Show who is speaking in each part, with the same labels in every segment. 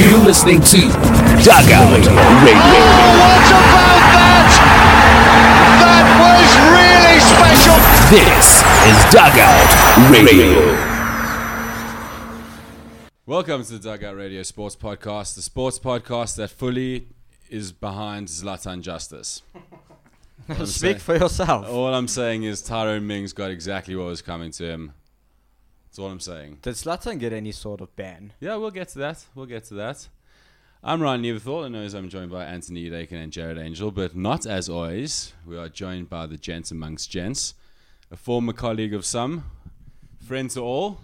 Speaker 1: You're listening to Dog Alley Radio.
Speaker 2: What about that? That was really special.
Speaker 1: This is Dugout Radio.
Speaker 3: Welcome to the Dugout Radio Sports Podcast, the sports podcast that fully is behind Zlatan justice. All I'm, saying,
Speaker 4: Speak for yourself.
Speaker 5: Oh.
Speaker 3: all I'm saying is Tyrone Mings got exactly what was coming to him. That's all I'm saying.
Speaker 4: Did Slatan get any sort of ban?
Speaker 3: Yeah, we'll get to that. We'll get to that. I'm Ryan Neverthought, and as I'm joined by Anthony Dakin and Jared Angel, but not as always. We are joined by the gents amongst gents, a former colleague of some, friend to all,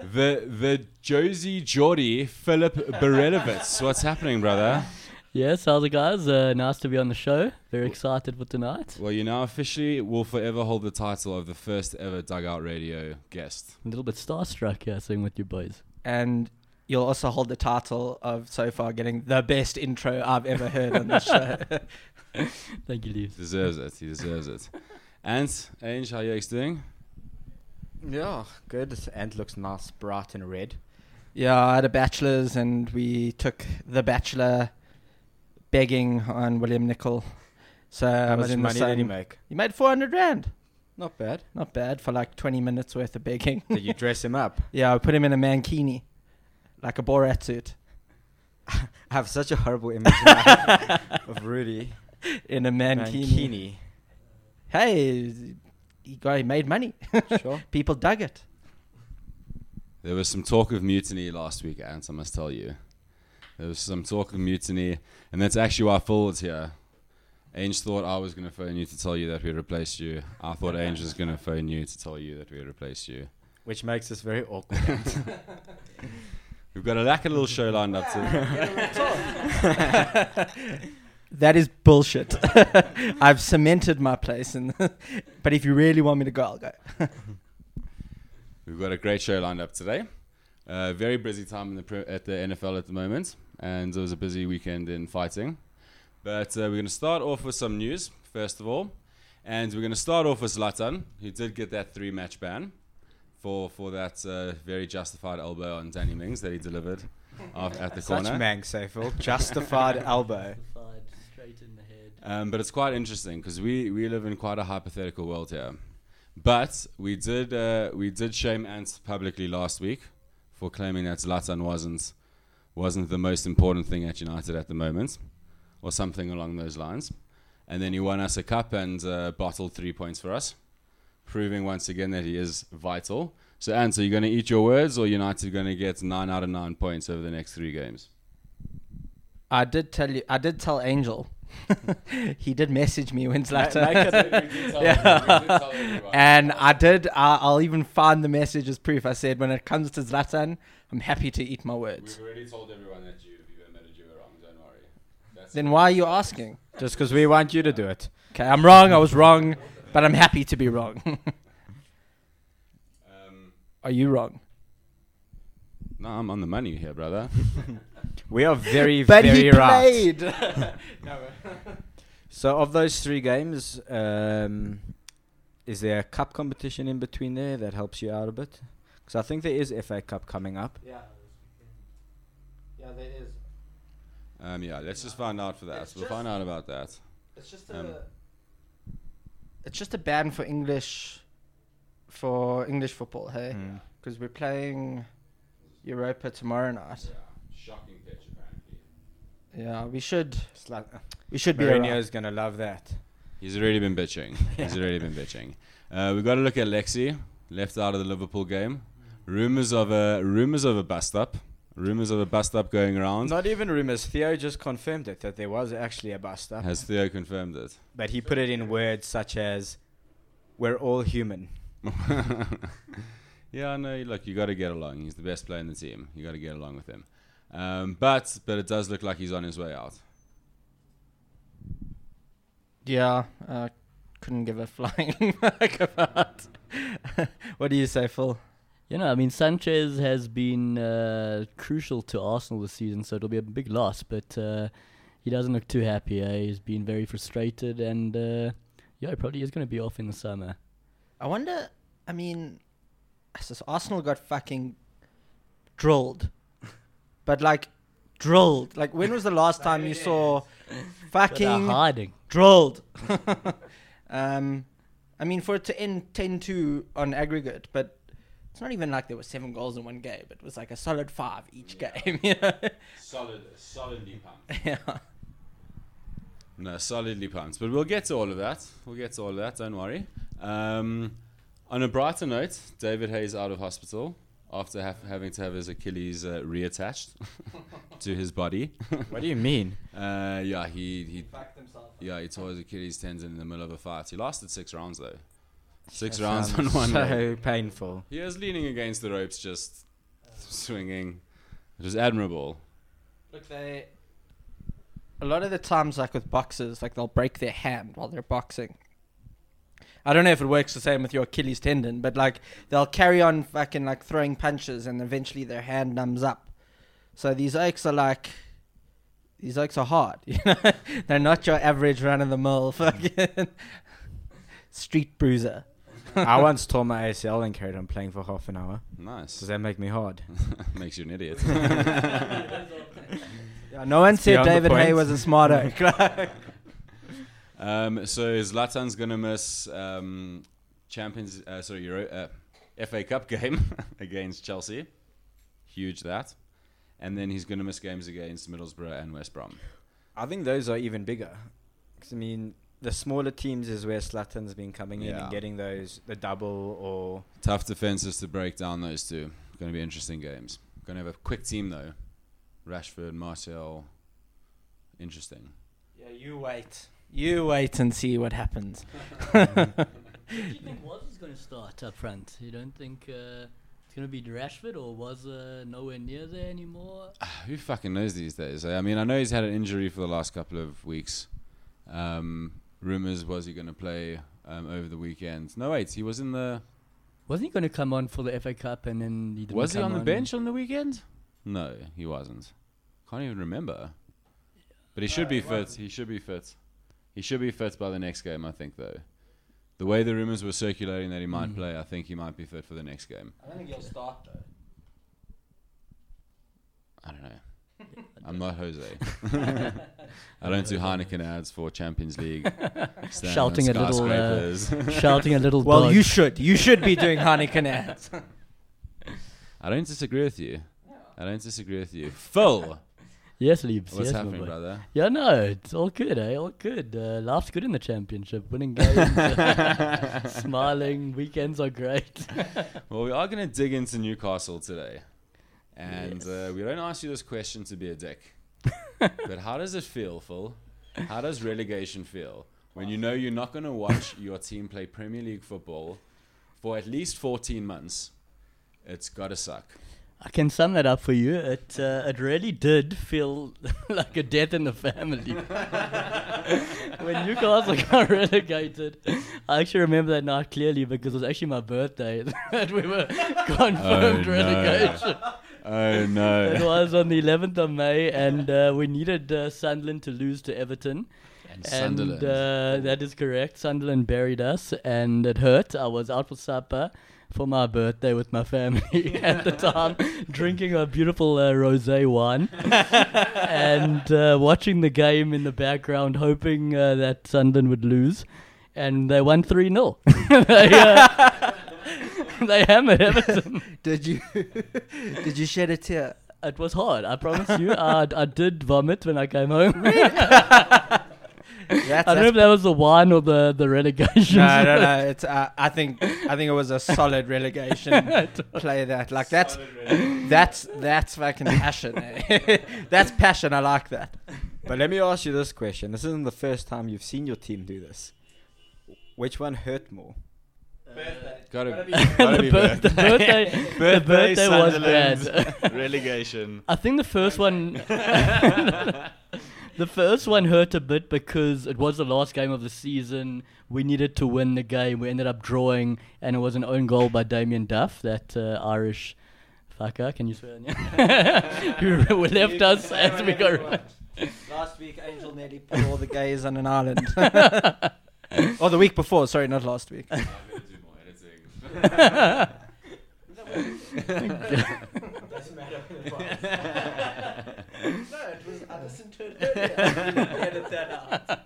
Speaker 3: the the Josie Geordie Philip Berelevitz. What's happening, brother?
Speaker 6: Yes, how's it, guys? Uh, nice to be on the show. Very excited for tonight.
Speaker 3: Well, you now officially will forever hold the title of the first ever Dugout Radio guest.
Speaker 6: A little bit starstruck here, sitting with you boys.
Speaker 4: And you'll also hold the title of so far getting the best intro I've ever heard on this show.
Speaker 6: Thank you, Leaves.
Speaker 3: Deserves it. He deserves it. Ant, Ange, how you guys doing?
Speaker 5: Yeah, good. This ant looks nice, bright and red.
Speaker 4: yeah, I had a bachelor's and we took The Bachelor begging on William Nicol. So I
Speaker 5: How
Speaker 4: was
Speaker 5: much
Speaker 4: in
Speaker 5: money
Speaker 4: the sun.
Speaker 5: did he make?
Speaker 4: He made 400 rand.
Speaker 5: Not bad.
Speaker 4: Not bad for like 20 minutes worth of begging.
Speaker 5: Did you dress him up?
Speaker 4: yeah, I put him in a mankini, like a Borat suit,
Speaker 5: I have such a horrible image in my head of Rudy.
Speaker 4: in a mankini.
Speaker 5: Mankini.
Speaker 4: Hey, he, got, he made money.
Speaker 5: Sure.
Speaker 4: People dug it.
Speaker 3: There was some talk of mutiny last week, Ant, I must tell you. There was some talk of mutiny, and that's actually why Phil was here. Ange thought I was going to phone you to tell you that we replaced you. I thought Ange was going to phone you to tell you that we replaced you.
Speaker 5: Which makes us very awkward.
Speaker 3: We've got a lack of little show lined up to.
Speaker 4: That is bullshit. I've cemented my place, and but if you really want me to go, I'll go.
Speaker 3: We've got a great show lined up today. Uh, very busy time in the pre- at the NFL at the moment, and it was a busy weekend in fighting. But uh, we're going to start off with some news, first of all. And we're going to start off with Zlatan, who did get that three match ban for, for that uh, very justified elbow on Danny Mings that he delivered off, at the
Speaker 5: Such
Speaker 3: corner.
Speaker 5: mang, Seyfel. Justified elbow.
Speaker 6: Straight in the head.
Speaker 3: Um, but it's quite interesting because we, we live in quite a hypothetical world here. But we did uh, we did shame Ants publicly last week for claiming that Zlatan wasn't wasn't the most important thing at United at the moment, or something along those lines. And then he won us a cup and uh, bottled three points for us, proving once again that he is vital. So Ants, are you going to eat your words, or United going to get nine out of nine points over the next three games?
Speaker 4: I did tell you. I did tell Angel. he did message me when
Speaker 5: make
Speaker 4: Zlatan.
Speaker 5: it-
Speaker 4: Yeah. and I did. I, I'll even find the message as proof. I said, when it comes to Zlatan, I'm happy to eat my words.
Speaker 3: We've already told everyone that you, you admitted you were wrong. Don't worry. That's
Speaker 4: Then why are you asking?
Speaker 5: Just because we want you to do it.
Speaker 4: Okay, I'm wrong. I was wrong, but I'm happy to be wrong.
Speaker 3: Um,
Speaker 4: are you wrong?
Speaker 3: no, I'm on the money here, brother.
Speaker 5: We are very,
Speaker 4: But
Speaker 5: very
Speaker 4: he
Speaker 5: right.
Speaker 4: played.
Speaker 5: So, of those three games, um, is there a cup competition in between there that helps you out a bit? Because I think there is FA Cup coming up.
Speaker 4: yeah. Yeah, there is.
Speaker 3: um, yeah, let's just find out for that.
Speaker 4: It's
Speaker 3: we'll find out about that.
Speaker 4: It's just a.
Speaker 3: Um,
Speaker 4: it's just a ban for English, for English football,
Speaker 5: Mm.
Speaker 4: hey?
Speaker 5: Hmm.
Speaker 4: Because we're playing Europa tomorrow night.
Speaker 3: Shocking pitch, apparently.
Speaker 4: Yeah, we should.
Speaker 5: Slight-
Speaker 4: We should be.
Speaker 5: Mourinho
Speaker 4: alright.
Speaker 5: is uh, gonna love that.
Speaker 3: He's already been bitching. He's already been bitching. Uh, we've got to look at Lexi, left out of the Liverpool game. Rumors of a rumors of a bust up. Rumors of a bust up going around.
Speaker 5: Not even rumors. Theo just confirmed it that there was actually a bust up,
Speaker 3: Has Theo confirmed it?
Speaker 5: but he put it in words such as, "We're all human."
Speaker 3: yeah, I know. Look, you got to get along. He's the best player in the team. You got to get along with him. Um, but but it does look like he's on his way out.
Speaker 4: Yeah, uh, couldn't give a flying fuck about. what do you say, Phil?
Speaker 6: You know, I mean, Sanchez has been uh, crucial to Arsenal this season, so it'll be a big loss, but uh, he doesn't look too happy. Eh? He's been very frustrated, and uh, yeah, he probably is going to be off in the summer.
Speaker 4: I wonder. I mean, Arsenal got fucking drilled, but like drilled. Like when was the last time you saw
Speaker 6: But they're
Speaker 4: fucking
Speaker 6: hiding.
Speaker 4: drilled? um, I mean, for it to end 10-2 on aggregate, but it's not even like there were seven goals in one game. It was like a solid five each game. You know?
Speaker 3: Solid, solidly pumped.
Speaker 4: yeah.
Speaker 3: No, solidly pumped. But we'll get to all of that. We'll get to all of that. Don't worry. Um, on a brighter note, David Hayes out of hospital after ha- having to have his Achilles uh, reattached to his body.
Speaker 5: What do you mean?
Speaker 3: uh, yeah, he, he yeah he tore his Achilles tendon in the middle of a fight. He lasted six rounds though. Six rounds on one. leg.
Speaker 5: So painful.
Speaker 3: He was leaning against the ropes, just swinging. It was admirable.
Speaker 4: Look, they. A lot of the times, like with boxers, like they'll break their hand while they're boxing. I don't know if it works the same with your Achilles tendon, but like they'll carry on fucking like throwing punches, and eventually their hand numbs up. So these oaks are like, these oaks are hard. You know, they're not your average run of the mill fucking street bruiser.
Speaker 5: I once tore my ACL and carried on playing for half an hour. Does
Speaker 3: Nice.
Speaker 5: that make me hard?
Speaker 3: Makes you an idiot.
Speaker 4: Yeah, no one said
Speaker 5: beyond the
Speaker 4: David Hay
Speaker 5: point.
Speaker 4: was a smart oak. Like,
Speaker 3: Um, so Zlatan's gonna miss um, Champions, uh, sorry, Euro, uh, FA Cup game against Chelsea. Huge that, and then he's gonna miss games against Middlesbrough and West Brom.
Speaker 5: I think those are even bigger. 'Cause, I mean, the smaller teams is where Slatan's been coming in
Speaker 3: Yeah.
Speaker 5: and getting those the double or
Speaker 3: Tough defenses to break down those two. Gonna be interesting games. Gonna have a quick team though. Rashford, Martial. Interesting.
Speaker 4: yeah, you wait. You wait and see what happens.
Speaker 6: Who do you think was going to start up front? You don't think uh, it's going to be Rashford or was uh, nowhere near there anymore?
Speaker 3: Who fucking knows these days? eh? I mean, I know he's had an injury for the last couple of weeks. Um, rumors was he going to play um, over the weekend. No, wait, he was in the.
Speaker 6: Wasn't he going to come on for the FA Cup and then he didn't
Speaker 3: was he
Speaker 6: come
Speaker 3: on the bench on the weekend? No, he wasn't. Can't even remember. But he should be fit. He should be fit. He should be fit by the next game, I think, though. The way the rumors were circulating that he might play, I think he might be fit for the next game.
Speaker 4: I don't think he'll start though.
Speaker 3: I don't know. I'm not Jose. I don't do Heineken ads for Champions League. stand on
Speaker 6: Shouting at little, uh,
Speaker 3: skyscrapers.
Speaker 6: Shouting a little
Speaker 4: Well,
Speaker 6: dog.
Speaker 4: you should. You should be doing Heineken ads.
Speaker 3: I don't disagree with you. I don't disagree with you. Phil,
Speaker 6: yes, Leaves.
Speaker 3: what's
Speaker 6: yes, my
Speaker 3: happening,
Speaker 6: boy.
Speaker 3: brother?
Speaker 6: Yeah, no, it's all good, eh? All good. Uh, laughs good in the championship. Winning games. Smiling. Weekends are great.
Speaker 3: Well, we are going to dig into Newcastle today. And uh, we don't ask you this question to be a dick. but how does it feel, Phil? How does relegation feel when you know you're not going to watch your team play Premier League football for at least 14 months? It's got to suck.
Speaker 6: I can sum that up for you. It uh, it really did feel like a death in the family. when Newcastle got relegated, I actually remember that night clearly because it was actually my birthday that we were confirmed
Speaker 3: no.
Speaker 6: relegation.
Speaker 3: Oh,
Speaker 6: It
Speaker 3: no.
Speaker 6: was on the 11th of May, and uh, we needed uh, Sunderland to lose to Everton.
Speaker 3: Sunderland.
Speaker 6: And uh, that is correct. Sunderland buried us, and it hurt. I was out for supper for my birthday with my family at the time, drinking a beautiful uh, rosé wine and uh, watching the game in the background, hoping uh, that Sunderland would lose. And they won 3 0. they, uh, they hammered Everton.
Speaker 4: Did you? did you shed a tear?
Speaker 6: It was hard. I promise you. I, I did vomit when I came home.
Speaker 4: That's,
Speaker 6: I don't know if that was the wine or the the relegation.
Speaker 4: no, no, no. It's. Uh, I think. I think it was a solid relegation play. That like that's. That's that's fucking passion. eh? that's passion. I like that.
Speaker 5: But let me ask you this question. This isn't the first time you've seen your team do this. Which one hurt more?
Speaker 3: Gotta be,
Speaker 6: the, bir- the birthday, the birthday was bad.
Speaker 3: relegation.
Speaker 6: I think the first one, the first one hurt a bit because it was the last game of the season. We needed to win the game. We ended up drawing, and it was an own goal by Damien Duff, that uh, Irish fucker. Can you swear? Who left us as we got.
Speaker 4: Last week, Angel nearly put all the gays on an island. or Oh, the week before. Sorry, not last week.
Speaker 6: Doesn't matter.
Speaker 4: it was I listened to it earlier. Edit that out.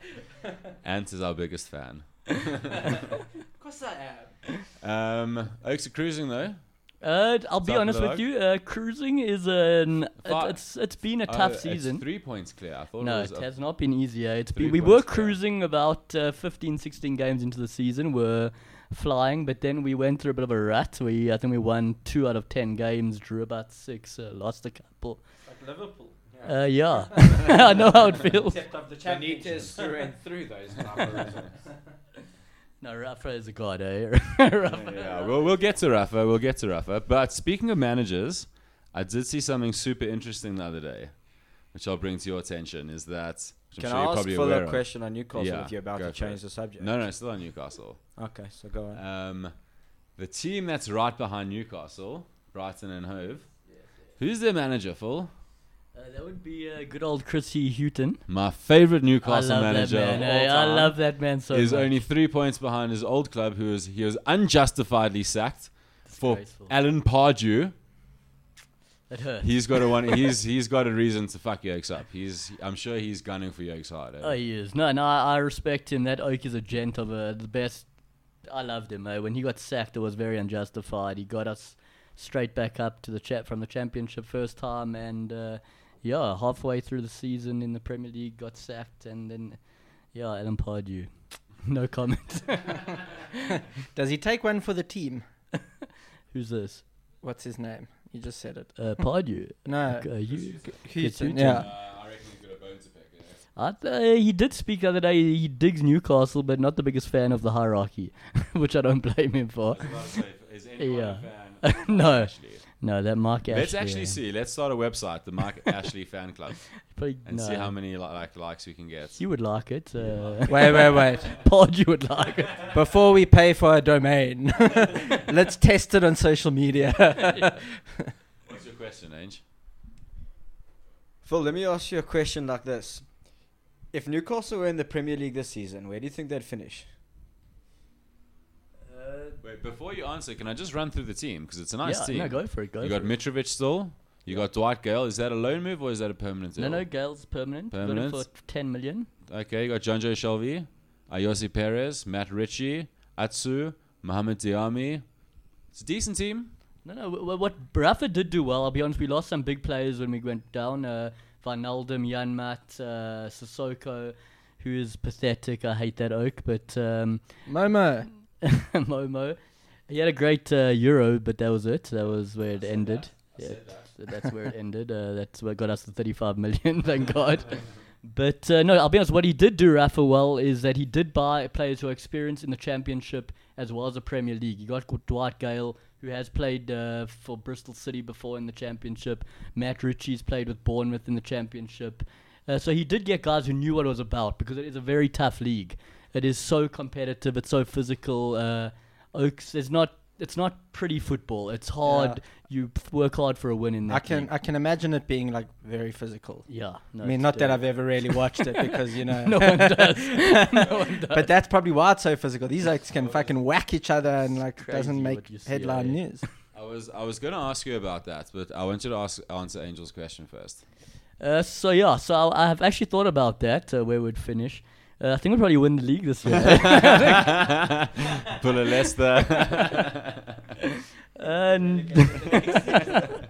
Speaker 3: Ant is our biggest fan.
Speaker 4: Of course I am.
Speaker 3: Um, Oaks are cruising though.
Speaker 6: Uh, d- I'll be
Speaker 3: South
Speaker 6: honest with
Speaker 3: Lodge.
Speaker 6: you. Uh, cruising is an it,
Speaker 3: Fuck.
Speaker 6: it's it's been a
Speaker 3: Oh,
Speaker 6: tough
Speaker 3: it's
Speaker 6: season.
Speaker 3: three points clear. I thought
Speaker 6: No,
Speaker 3: it
Speaker 6: it
Speaker 3: was. up-
Speaker 6: has not been easier. It's
Speaker 3: three
Speaker 6: been, we were
Speaker 3: points, yeah.
Speaker 6: cruising about uh, 15, 16 games into the season. We're flying, but then we went through a bit of a rut. We I think we won two out of ten games, drew about six, uh, lost a couple.
Speaker 4: Like Liverpool.
Speaker 6: Uh, yeah, I know how it feels.
Speaker 4: Except of the
Speaker 7: Benitez
Speaker 4: championship.
Speaker 7: through and through those type of results.
Speaker 6: No, Rafa is a god, eh? Rafa.
Speaker 3: yeah, we'll, we'll get to Rafa. We'll get to Rafa. But speaking of managers, I did see something super interesting the other day, which I'll bring to your attention. Is that which
Speaker 5: Can
Speaker 3: I'm sure
Speaker 5: I
Speaker 3: you're
Speaker 5: ask
Speaker 3: probably
Speaker 5: Phil
Speaker 3: aware
Speaker 5: a
Speaker 3: of.
Speaker 5: question on Newcastle
Speaker 3: Yeah,
Speaker 5: if you're about
Speaker 3: go
Speaker 5: to
Speaker 3: for
Speaker 5: change
Speaker 3: it.
Speaker 5: the subject?
Speaker 3: No, no, still on Newcastle.
Speaker 5: Okay, so go on.
Speaker 3: Um, the team that's right behind Newcastle, Brighton and Hove. Who's their manager, Phil?
Speaker 6: Uh, that would be uh, good old Chrissy Houghton.
Speaker 3: My favorite
Speaker 6: I
Speaker 3: Newcastle
Speaker 6: love that
Speaker 3: manager
Speaker 6: man.
Speaker 3: of
Speaker 6: eh?
Speaker 3: all
Speaker 6: I
Speaker 3: time.
Speaker 6: love that man so
Speaker 3: is
Speaker 6: much.
Speaker 3: only three points behind his old club, who is he was unjustifiedly sacked for
Speaker 6: Disgraceful.
Speaker 3: Alan Pardew.
Speaker 6: That hurt.
Speaker 3: He's got a one. he's he's got a reason to fuck Yokes up. He's I'm sure he's gunning for Yokes hard. eh?
Speaker 6: Oh, he is. No, no, I, I respect him. That Oak is a gent of a, the best. I loved him. Eh? When he got sacked, it was very unjustified. He got us straight back up to the chat from the championship first time, and uh, yeah, halfway through the season in the Premier Legue, got sacked, and then yeah, Alan Pardew. no comment.
Speaker 4: Does he take one for the team?
Speaker 6: Who's this?
Speaker 4: What's his name? You just said it.
Speaker 6: Uh, Pardew.
Speaker 4: No.
Speaker 6: Uh, you.
Speaker 4: Houston,
Speaker 6: Houston.
Speaker 3: Uh,
Speaker 4: yeah.
Speaker 3: I reckon he's got a bone to pick. eh?
Speaker 6: I th- uh, he did speak the other day. He digs Newcastle, but not the biggest fan of the hierarchy, which I don't blame him for.
Speaker 3: I was about to say, is anyone a fan
Speaker 6: Yeah.
Speaker 3: of Mark
Speaker 6: No.
Speaker 3: Ashley?
Speaker 6: No, that Mark Ashley.
Speaker 3: Let's actually
Speaker 6: eh?
Speaker 3: see. Let's start a website, the Mark Ashley fan club,
Speaker 6: Probably-
Speaker 3: and see
Speaker 6: no.
Speaker 3: how many li- like likes we can get.
Speaker 6: You would like it. Uh,
Speaker 4: Wait, wait, wait.
Speaker 6: Pod, you would like it.
Speaker 4: Before we pay for a domain, let's test it on social media.
Speaker 3: What's your question, Ange?
Speaker 5: Phil, let me ask you a question like this: If Newcastle were in the Premier League this season, where do you think they'd finish?
Speaker 3: Wait, before you answer, can I just run through the team because it's a nice
Speaker 6: yeah,
Speaker 3: team.
Speaker 6: no, go for it. Go
Speaker 3: you
Speaker 6: for
Speaker 3: got Mitrovic still. You got Dwight Gale. Is that a loan move or is that a permanent
Speaker 6: it. No,
Speaker 3: deal?
Speaker 6: no, Gale's permanent. Got him
Speaker 3: Permanent.
Speaker 6: for t- 10 million.
Speaker 3: Okay, you got John Joe Shelby, Ayosi Perez, Matt Ritchie, Atsu, Mohamed Diami. It's a decent team.
Speaker 6: No, no, w- w- what Rafa did do well, I'll be honest, we lost some big players when we went down. Uh, Van Aldem, Jan Mat, uh, Sissoko, who is pathetic. I hate that oak, but um,
Speaker 4: Momo.
Speaker 6: Momo. He had a great uh, Euro, but that was it. That was where it ended. Yeah, so that's where it ended. Uh, that's what got us the 35 million, thank God. But uh, no, I'll be honest. What he did do, Rafa, well, is that he did buy players who are experienced in the Championship as well as the Premier League. He got Dwight Gale, who has played uh, for Bristol City before in the Championship. Matt Ritchie's played with Bournemouth in the Championship. Uh, so he did get guys who knew what it was about because it is a very tough league. It is so competitive. It's so physical. Uh, Oaks is not. It's not pretty football. It's hard. You f- work hard for a win in that.
Speaker 4: I can
Speaker 6: league.
Speaker 4: I can imagine it being like very physical.
Speaker 6: yeah. No,
Speaker 4: I mean,
Speaker 6: it's
Speaker 4: not that
Speaker 6: dirty.
Speaker 4: I've ever really watched it because you know.
Speaker 6: No one does. no one does.
Speaker 4: But that's probably why it's so physical. These oaks can fucking whack each other and like
Speaker 6: crazy
Speaker 4: doesn't make
Speaker 6: what you see,
Speaker 4: headline
Speaker 6: eh?
Speaker 4: news.
Speaker 3: I was I was gonna ask you about that, but I want you to ask answer Angel's question first.
Speaker 6: Uh, so yeah, so I, I have actually thought about that uh, where we'd finish. Uh, I think we'll probably win the league this year.
Speaker 3: Pull a Leicester.
Speaker 6: and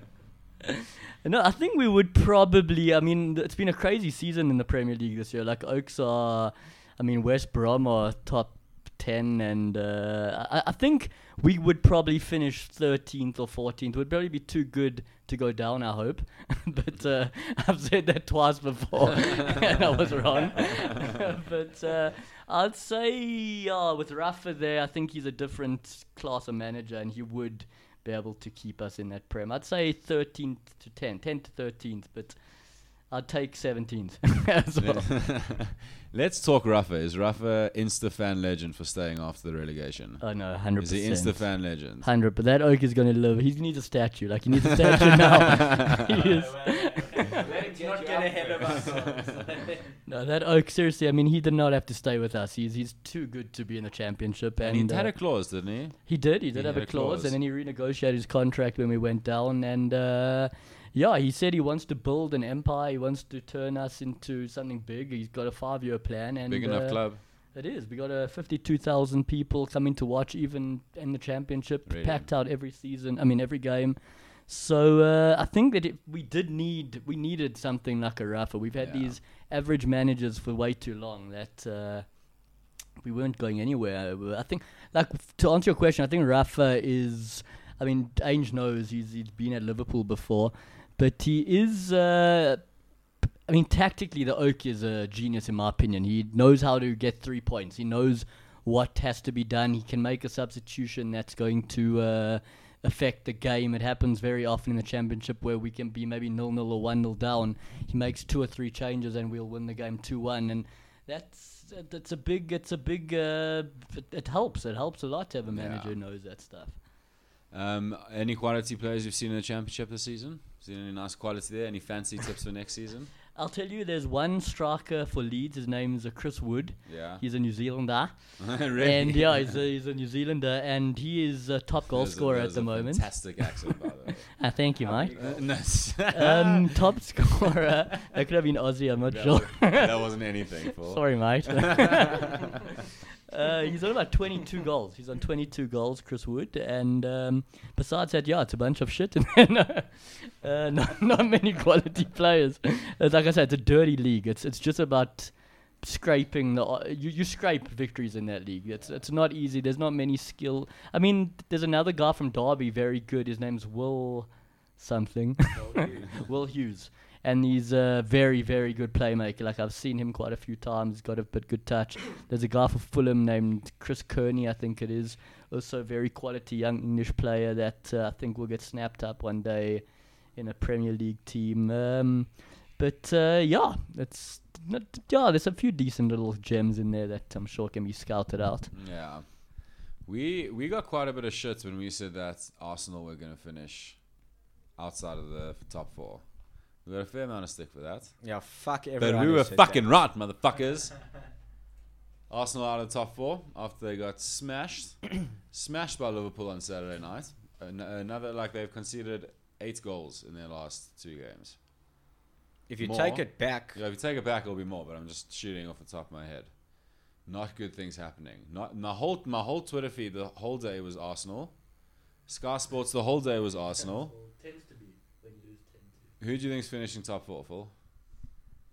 Speaker 6: no, I think we would probably. I mean, th- it's been a crazy season in the Premier League this year. Like Oaks are, I mean, West Brom are top ten, and uh, I, I think we would probably finish thirteenth or fourteenth. Would probably be too good to go down. I hope, but uh, I've said that twice before, and I was wrong. but uh, I'd say uh, with Rafa there, I think he's a different class of manager, and he would be able to keep us in that prem. I'd say 13th to 10, 10 to 13th, but I'd take 17th as well.
Speaker 3: Let's talk Rafa. Is Rafa Insta fan legend for staying after the relegation?
Speaker 6: oh no, 100%.
Speaker 3: Is he Insta fan legend?
Speaker 6: Hundred, but that oak is gonna live. He needs a statue. Like he needs a statue now. he is.
Speaker 4: not get ahead of us.
Speaker 6: No, that oak. Seriously, I mean, he did not have to stay with us. He's he's too good to be in the championship. And,
Speaker 3: And he had
Speaker 6: uh,
Speaker 3: a clause, didn't he?
Speaker 6: He did. He did
Speaker 3: He
Speaker 6: have
Speaker 3: had
Speaker 6: a
Speaker 3: a
Speaker 6: clause,
Speaker 3: clause.
Speaker 6: and then he renegotiated his contract when we went down, and uh, yeah, he said he wants to build an empire. He wants to turn us into something big. He's got a five-year plan, and
Speaker 3: Big enough
Speaker 6: uh,
Speaker 3: club.
Speaker 6: It is. We got uh, 52,000 people coming to watch, even in the championship,
Speaker 3: Really?
Speaker 6: packed out every season. I mean, every game. So uh, I think that it, we did need we needed something like a Rafa. We've had
Speaker 3: Yeah.
Speaker 6: these average managers for way too long. That uh, we weren't going anywhere. Uh, I think, like, f- to answer your question, I think Rafa is. I mean, Ainge knows he's he's been at Liverpool before, but he is. Uh, I mean, tactically, the Oak is a genius in my opinion. He knows how to get three points. He knows what has to be done. He can make a substitution that's going to uh, affect the game. It happens very often in the championship where we can be maybe nil nil or one nil down. He makes two or three changes and we'll win the game two one. And that's that's a big. It's a big. Uh, it, it helps. It helps a lot to have a manager
Speaker 3: Yeah.
Speaker 6: who knows that stuff.
Speaker 3: Um, any quality players you've seen in the championship this season? Seen any nice quality there? Any fancy tips for next season?
Speaker 6: I'll tell you, there's one striker for Leeds. His name is uh, Chris Wood.
Speaker 3: Yeah.
Speaker 6: He's a New Zealander.
Speaker 3: Really?
Speaker 6: And yeah, he's a, he's a New Zealander, and he is a top goal
Speaker 3: There's a-
Speaker 6: scorer at
Speaker 3: there's
Speaker 6: the
Speaker 3: a
Speaker 6: moment.
Speaker 3: Fantastic accent, by the way.
Speaker 6: Ah, thank you, mate.
Speaker 3: Uh, no,
Speaker 6: Um, top scorer. That could have been Aussie. I'm not
Speaker 3: That,
Speaker 6: sure.
Speaker 3: wasn't, that wasn't anything, Paul.
Speaker 6: Sorry, mate. uh, he's on about 22 goals. He's on 22 goals, Chris Wood. And um, besides that, yeah, it's a bunch of shit. And then, uh, uh, not, not many quality players. It's like I said, it's a dirty league. It's it's just about scraping the o- you, you scrape victories in that league it's it's not easy there's not many skill i mean there's another guy from derby very good his name's will something Will Hughes. And he's a very, very good playmaker. Like I've seen him quite a few times. He's got a bit good touch. There's a guy for Fulham named Chris Kearney, I think it is. Also a very quality young English player that uh, I think will get snapped up one day in a Premier League team. Um, but uh, yeah, it's not, yeah. There's a few decent little gems in there that I'm sure can be scouted out.
Speaker 3: Yeah. We we got quite a bit of shit when we said that Arsenal were going to finish outside of the top four. We got a fair amount of stick for that.
Speaker 5: Yeah, fuck everyone.
Speaker 3: But we
Speaker 5: who
Speaker 3: were
Speaker 5: said
Speaker 3: fucking right, motherfuckers. Arsenal out of the top four after they got smashed, smashed by Liverpool on Saturday night. An- Another like they've conceded eight goals in their last two games.
Speaker 5: that. If you
Speaker 3: more.
Speaker 5: take it back,
Speaker 3: Yeah, if you take it back, it'll be more. But I'm just shooting off the top of my head. Not good things happening. Not my whole my whole Twitter feed the whole day was Arsenal. Sky Sports the whole day was Arsenal. Who do you think's finishing top four? Phil?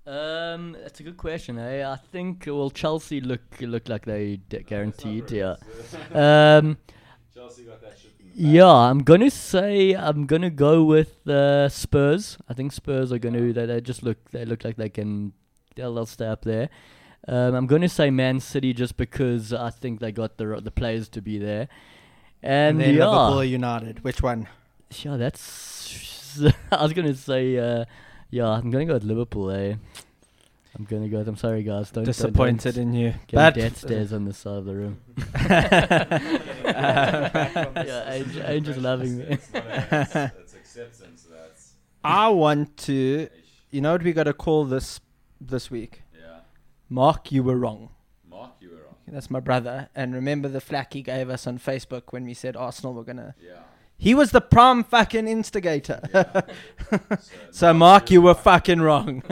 Speaker 6: Um, that's a good question. Eh? I think well, Chelsea look look like they d- guaranteed. Yeah. um,
Speaker 3: Chelsea got that shit. In
Speaker 6: yeah, I'm gonna say I'm gonna go with uh, Spurs. I think Spurs are gonna they, they just look they look like they can they'll, they'll stay up there. Um, I'm gonna say Man City just because I think they got the ro- the players to be there. And,
Speaker 4: And then
Speaker 6: yeah,
Speaker 4: Liverpool United. Which one?
Speaker 6: yeah, that's I was gonna say uh, yeah, I'm gonna go with Liverpool. Eh? I'm gonna go. With, I'm sorry, guys. Don't don't- don't-
Speaker 4: Disappointed in you.
Speaker 6: Getting
Speaker 4: But
Speaker 6: death stares on the side of the room.
Speaker 4: Um,
Speaker 6: yeah, Ange, Ange is loving me.
Speaker 3: It's acceptance. That's
Speaker 4: I want to. You know what we got to call this this week?
Speaker 3: yeah.
Speaker 4: Mark, you were wrong.
Speaker 3: Mark, you were wrong.
Speaker 4: That's my brother. And remember the flack he gave us on Facebook when we said Arsenal were gonna.
Speaker 3: Yeah.
Speaker 4: He was the prime fucking instigator. so
Speaker 3: Mark,
Speaker 4: Mark,
Speaker 3: you
Speaker 4: you were fucking wrong.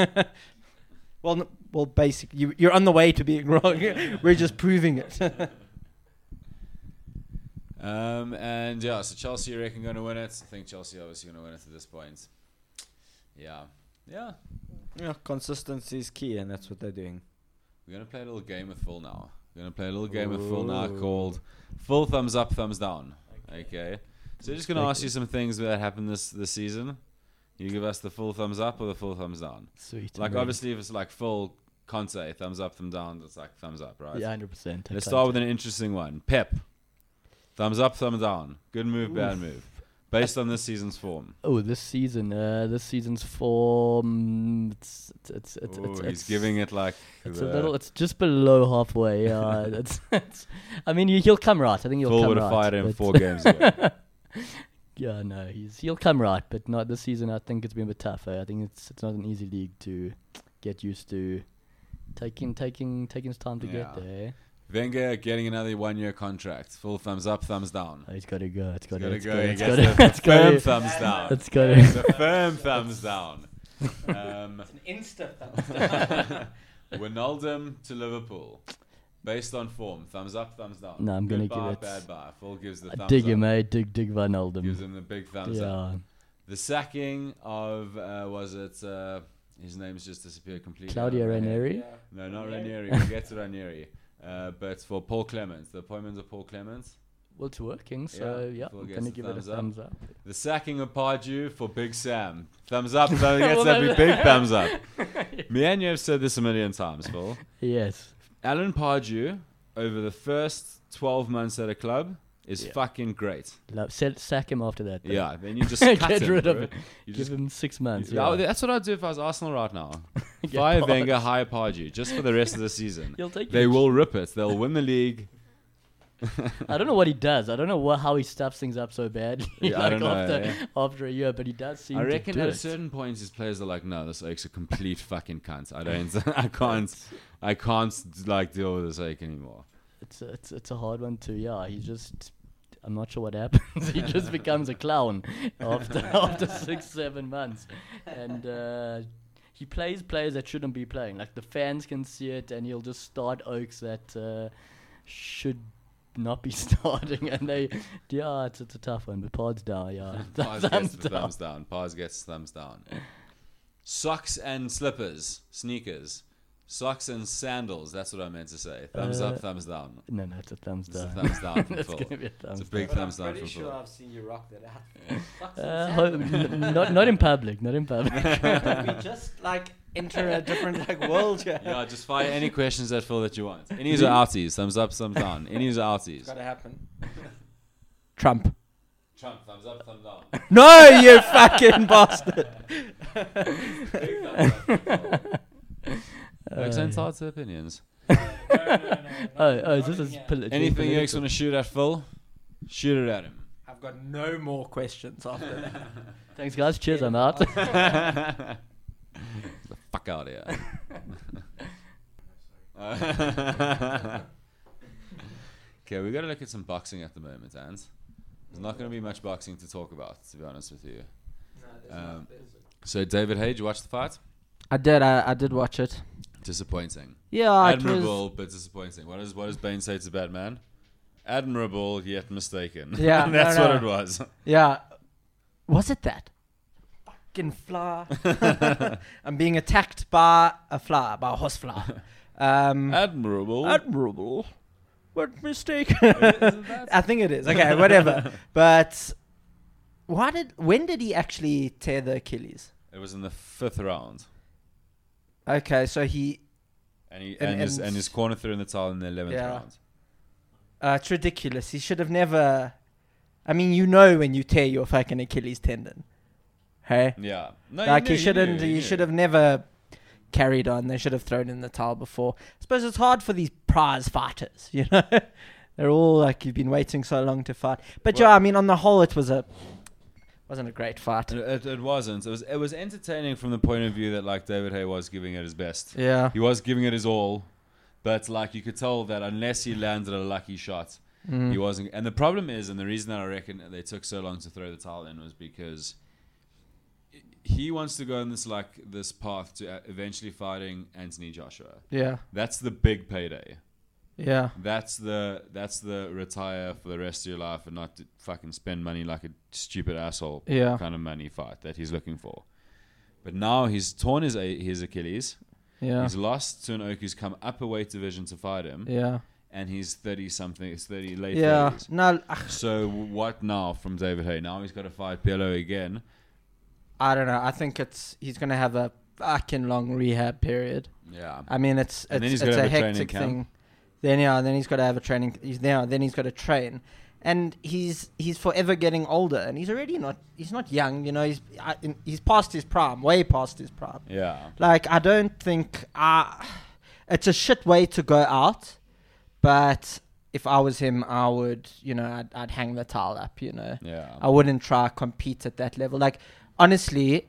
Speaker 4: well, n- well, basically, you, you're on the way to being wrong. we're just proving it.
Speaker 3: Um, and yeah, so Chelsea, you reckon, going to win it? I think Chelsea obviously going to win it at this point. Yeah. Yeah.
Speaker 5: yeah, consistency is key, and that's what they're doing.
Speaker 3: We're going to play a little game with Phil now. We're going to play a little game with Phil now called Full Thumbs Up, Thumbs Down. Okay. So we're just going to ask you some things that happened this, this season. You give us the full thumbs up or the full thumbs down.
Speaker 6: Sweet.
Speaker 3: Like, obviously, if it's like full Conte, thumbs up, thumbs down, it's like thumbs up, right?
Speaker 6: Yeah, hundred percent.
Speaker 3: Let's start with an interesting one. Pep. Thumbs up, thumbs down. Good move, bad move. Based on this season's form.
Speaker 6: Oh, this season. Uh, this season's form. It's it's it's it's.
Speaker 3: Ooh,
Speaker 6: it's,
Speaker 3: he's
Speaker 6: it's
Speaker 3: giving it like
Speaker 6: It's
Speaker 3: the
Speaker 6: a little. It's just below halfway. Yeah, it's, it's. I mean, he- he'll come right. I think he'll
Speaker 3: Phil
Speaker 6: come
Speaker 3: would
Speaker 6: right.
Speaker 3: have fired him
Speaker 6: but-
Speaker 3: four games ago.
Speaker 6: Yeah, no, he's he'll come right, but not this season. I think it's been a bit tough. eh? I think it's it's not an easy league to get used to. Taking taking taking his time to
Speaker 3: Yeah.
Speaker 6: get there.
Speaker 3: Wenger getting another one-year contract. Full thumbs up, thumbs down.
Speaker 6: Oh, he's got to go. It's got
Speaker 3: It's
Speaker 6: to
Speaker 3: gotta
Speaker 6: it's
Speaker 3: go.
Speaker 6: gotta-
Speaker 3: He
Speaker 6: It's
Speaker 3: gets
Speaker 6: got
Speaker 3: a
Speaker 6: to. It's got
Speaker 3: firm
Speaker 6: to.
Speaker 3: thumbs down.
Speaker 6: It's got
Speaker 3: It's
Speaker 6: to.
Speaker 3: a firm thumbs down. Um,
Speaker 4: An instant.
Speaker 3: Wijnaldum to Liverpool. Based on form, thumbs up, thumbs down.
Speaker 6: No, I'm gonna
Speaker 3: Good
Speaker 6: give
Speaker 3: bar,
Speaker 6: it-
Speaker 3: Bad bar. Full gives the
Speaker 6: I
Speaker 3: thumbs
Speaker 6: dig
Speaker 3: up.
Speaker 6: him, eh? Dig, dig Van Aldem.
Speaker 3: Gives him the big thumbs up.
Speaker 6: Yeah.
Speaker 3: The sacking of uh, was it? Uh, his name's just disappeared completely.
Speaker 6: Claudio
Speaker 3: out of my head.
Speaker 6: Ranieri.
Speaker 3: No, not Ranieri. We'll get to Ranieri. Uh, but for Paul Clements, the appointment of Paul Clements,
Speaker 6: Well, it's working, so
Speaker 3: Yeah,
Speaker 6: yeah,
Speaker 3: full
Speaker 6: I'm
Speaker 3: gets
Speaker 6: gonna
Speaker 3: a
Speaker 6: give it a
Speaker 3: thumbs up.
Speaker 6: thumbs up.
Speaker 3: the sacking of Pardew for Big Sam. Thumbs up. Thumbs, gets
Speaker 6: Well,
Speaker 3: a
Speaker 6: that-
Speaker 3: big thumbs up. Me and you have said this a million times, Paul.
Speaker 6: Yes.
Speaker 3: Alan Pardew over the first 12 months at a club is
Speaker 6: Yeah.
Speaker 3: fucking great.
Speaker 6: Love, sell, sack him after that. though.
Speaker 3: Yeah, then you just cut
Speaker 6: Get
Speaker 3: him,
Speaker 6: rid of
Speaker 3: bro.
Speaker 6: it.
Speaker 3: You
Speaker 6: Give
Speaker 3: just,
Speaker 6: him six months.
Speaker 3: Yeah,
Speaker 6: Yeah.
Speaker 3: that's what I'd do if I was Arsenal right now.
Speaker 6: Get
Speaker 3: Fire
Speaker 6: Pardew.
Speaker 3: Wenger, hire Pardew just for the rest of the season.
Speaker 6: He'll take
Speaker 3: They
Speaker 6: it.
Speaker 3: will rip it. They'll win the league.
Speaker 6: I don't know what he does. I don't know wha how he stuffs things up so badly.
Speaker 3: Yeah, I
Speaker 6: like
Speaker 3: don't know,
Speaker 6: after,
Speaker 3: eh?
Speaker 6: after a year, but he does seem
Speaker 3: I
Speaker 6: to
Speaker 3: reckon
Speaker 6: do
Speaker 3: at a
Speaker 6: it.
Speaker 3: certain point, his players are like, "No, this Oak's a complete fucking cunt. I don't, I can't, I can't like deal with this Oak anymore."
Speaker 6: It's a, it's it's a hard one too. Yeah, he just I'm not sure what happens. he just becomes a clown after after six seven months, and uh, he plays players that shouldn't be playing. Like the fans can see it, and he'll just start oaks that uh, should not be starting. And they yeah, it's it's a tough one. But Pod's down. Yeah,
Speaker 3: Pars
Speaker 6: Thumbs
Speaker 3: gets the
Speaker 6: down.
Speaker 3: thumbs down. Pars gets the thumbs down. Socks and slippers, sneakers, socks and sandals. That's what I meant to say. Thumbs up,
Speaker 6: Uh,
Speaker 3: thumbs down.
Speaker 6: No, no, it's a thumbs
Speaker 3: It's a
Speaker 6: down.
Speaker 3: thumbs down from
Speaker 6: It's
Speaker 3: Phil.
Speaker 6: gonna be a thumbs
Speaker 3: It's a big
Speaker 5: But
Speaker 3: thumbs
Speaker 5: I'm
Speaker 3: down
Speaker 5: pretty
Speaker 3: from
Speaker 5: sure
Speaker 3: Phil.
Speaker 5: I've seen you rock that out.
Speaker 6: Uh, ho- n- not not in public, not in public.
Speaker 4: we just like enter a different like world here.
Speaker 3: Yeah, just fire any questions at Phil that you want. Any are outies. Thumbs up, thumbs down. Any are
Speaker 4: It's
Speaker 3: outies.
Speaker 4: gotta happen. Trump.
Speaker 3: Trump, thumbs up, thumbs down.
Speaker 6: Uh,
Speaker 4: No, you fucking bastard.
Speaker 3: Oaks and thoughts, opinions.
Speaker 6: Oh, oh, is this is poli-
Speaker 3: Anything you
Speaker 6: geopolitical?
Speaker 3: want to shoot at Phil, shoot it at him.
Speaker 4: I've got no more questions after that.
Speaker 6: Thanks, guys. Cheers. I'm out.
Speaker 3: the fuck out of here. okay, we got to look at some boxing at the moment, and there's not going to be much boxing to talk about, to be honest with you. Um, so David Hay, did you watch the fight?
Speaker 4: I did. I, I did watch it.
Speaker 3: Disappointing.
Speaker 4: Yeah,
Speaker 3: Admirable, but disappointing. What does what does Bane say to Batman? Admirable yet mistaken.
Speaker 4: Yeah,
Speaker 3: that's
Speaker 4: no,
Speaker 3: what
Speaker 4: no.
Speaker 3: it was.
Speaker 4: Yeah. Was it that? Fucking fly. I'm being attacked by a fly, by a horse fly. Um,
Speaker 3: Admirable.
Speaker 4: admirable. What mistake? I think it is. Okay, whatever. but why did? When did he actually tear the Achilles?
Speaker 3: it was in the fifth round,
Speaker 4: Okay, so he.
Speaker 3: and he and,
Speaker 4: And-
Speaker 3: his
Speaker 4: and-
Speaker 3: and his corner threw in the towel in the eleventh
Speaker 4: Yeah.
Speaker 3: round.
Speaker 4: Uh, it's ridiculous. He should have never. I mean, you know when you tear your fucking Achilles tendon, hey?
Speaker 3: Yeah. No,
Speaker 4: like
Speaker 3: knew,
Speaker 4: you shouldn't.
Speaker 3: knew,
Speaker 4: You
Speaker 3: knew.
Speaker 4: should have never carried on. They should have thrown in the towel before. I suppose it's hard for these prize fighters, you know. They're all like you've been waiting so long to fight. But yeah, I mean, on the whole, it was a wasn't a great fight.
Speaker 3: It, it, it wasn't. It was it was entertaining from the point of view that like David Hay was giving it his best.
Speaker 4: Yeah.
Speaker 3: He was giving it his all, but like you could tell that unless he landed a lucky shot,
Speaker 4: Mm-hmm.
Speaker 3: he wasn't. And the problem is, and the reason that I reckon they took so long to throw the towel in was because i- he wants to go on this like this path to uh, eventually fighting Anthony Joshua.
Speaker 4: Yeah.
Speaker 3: That's the big payday.
Speaker 4: Yeah.
Speaker 3: That's the that's the retire for the rest of your life and not to fucking spend money like a stupid asshole
Speaker 4: Yeah.
Speaker 3: kind of money fight that he's looking for. But now he's torn his a- his Achilles.
Speaker 4: Yeah.
Speaker 3: He's lost to an oak who's come up a weight division to fight him,
Speaker 4: Yeah.
Speaker 3: and he's thirty something. He's thirty late.
Speaker 4: Yeah.
Speaker 3: 30s.
Speaker 4: No, I,
Speaker 3: So what now from David Hay? Now he's got to fight Biello again.
Speaker 4: I don't know. I think it's he's gonna have a fucking long rehab period.
Speaker 3: Yeah.
Speaker 4: I mean, it's
Speaker 3: And then
Speaker 4: it's,
Speaker 3: he's
Speaker 4: it's
Speaker 3: gotta
Speaker 4: a
Speaker 3: have a training
Speaker 4: hectic
Speaker 3: camp.
Speaker 4: thing. Then yeah, then he's got to have a training. He's now then he's got to train, and he's he's forever getting older, and he's already not he's not young. You know, he's I, in- he's past his prime, way past his prime.
Speaker 3: Yeah.
Speaker 4: Like I don't think I, it's a shit way to go out, but if I was him, I would you know I'd, I'd hang the towel up. You know,
Speaker 3: Yeah.
Speaker 4: I wouldn't try compete at that level. Like honestly,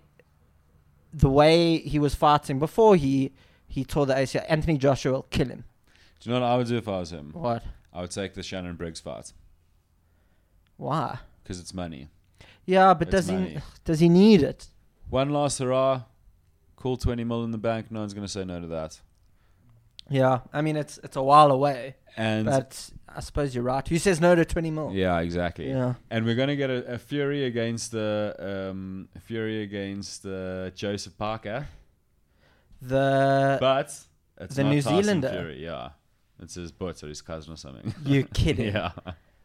Speaker 4: the way he was fighting before he he tore the ACL, Anthony Joshua will kill him.
Speaker 3: Do you know what I would do if I was him?
Speaker 4: What?
Speaker 3: I would take the Shannon Briggs fight
Speaker 4: Why?
Speaker 3: because it's money.
Speaker 4: Yeah, but
Speaker 3: It's
Speaker 4: does he
Speaker 3: money.
Speaker 4: does he need it?
Speaker 3: One last hurrah, cool 20 mil in the bank. No one's going to say no to that.
Speaker 4: Yeah, I mean it's it's a while away,
Speaker 3: And
Speaker 4: but I suppose you're right. Who says no to twenty mil?
Speaker 3: yeah, exactly.
Speaker 4: Yeah.
Speaker 3: And we're going to get a, a Fury against uh, um, Fury against uh, Joseph Parker,
Speaker 4: The
Speaker 3: but it's
Speaker 4: Uh, the
Speaker 3: not
Speaker 4: New
Speaker 3: Tyson
Speaker 4: Zealander.
Speaker 3: Fury, yeah, it's his butt or his cousin or something.
Speaker 4: you kidding?
Speaker 3: yeah,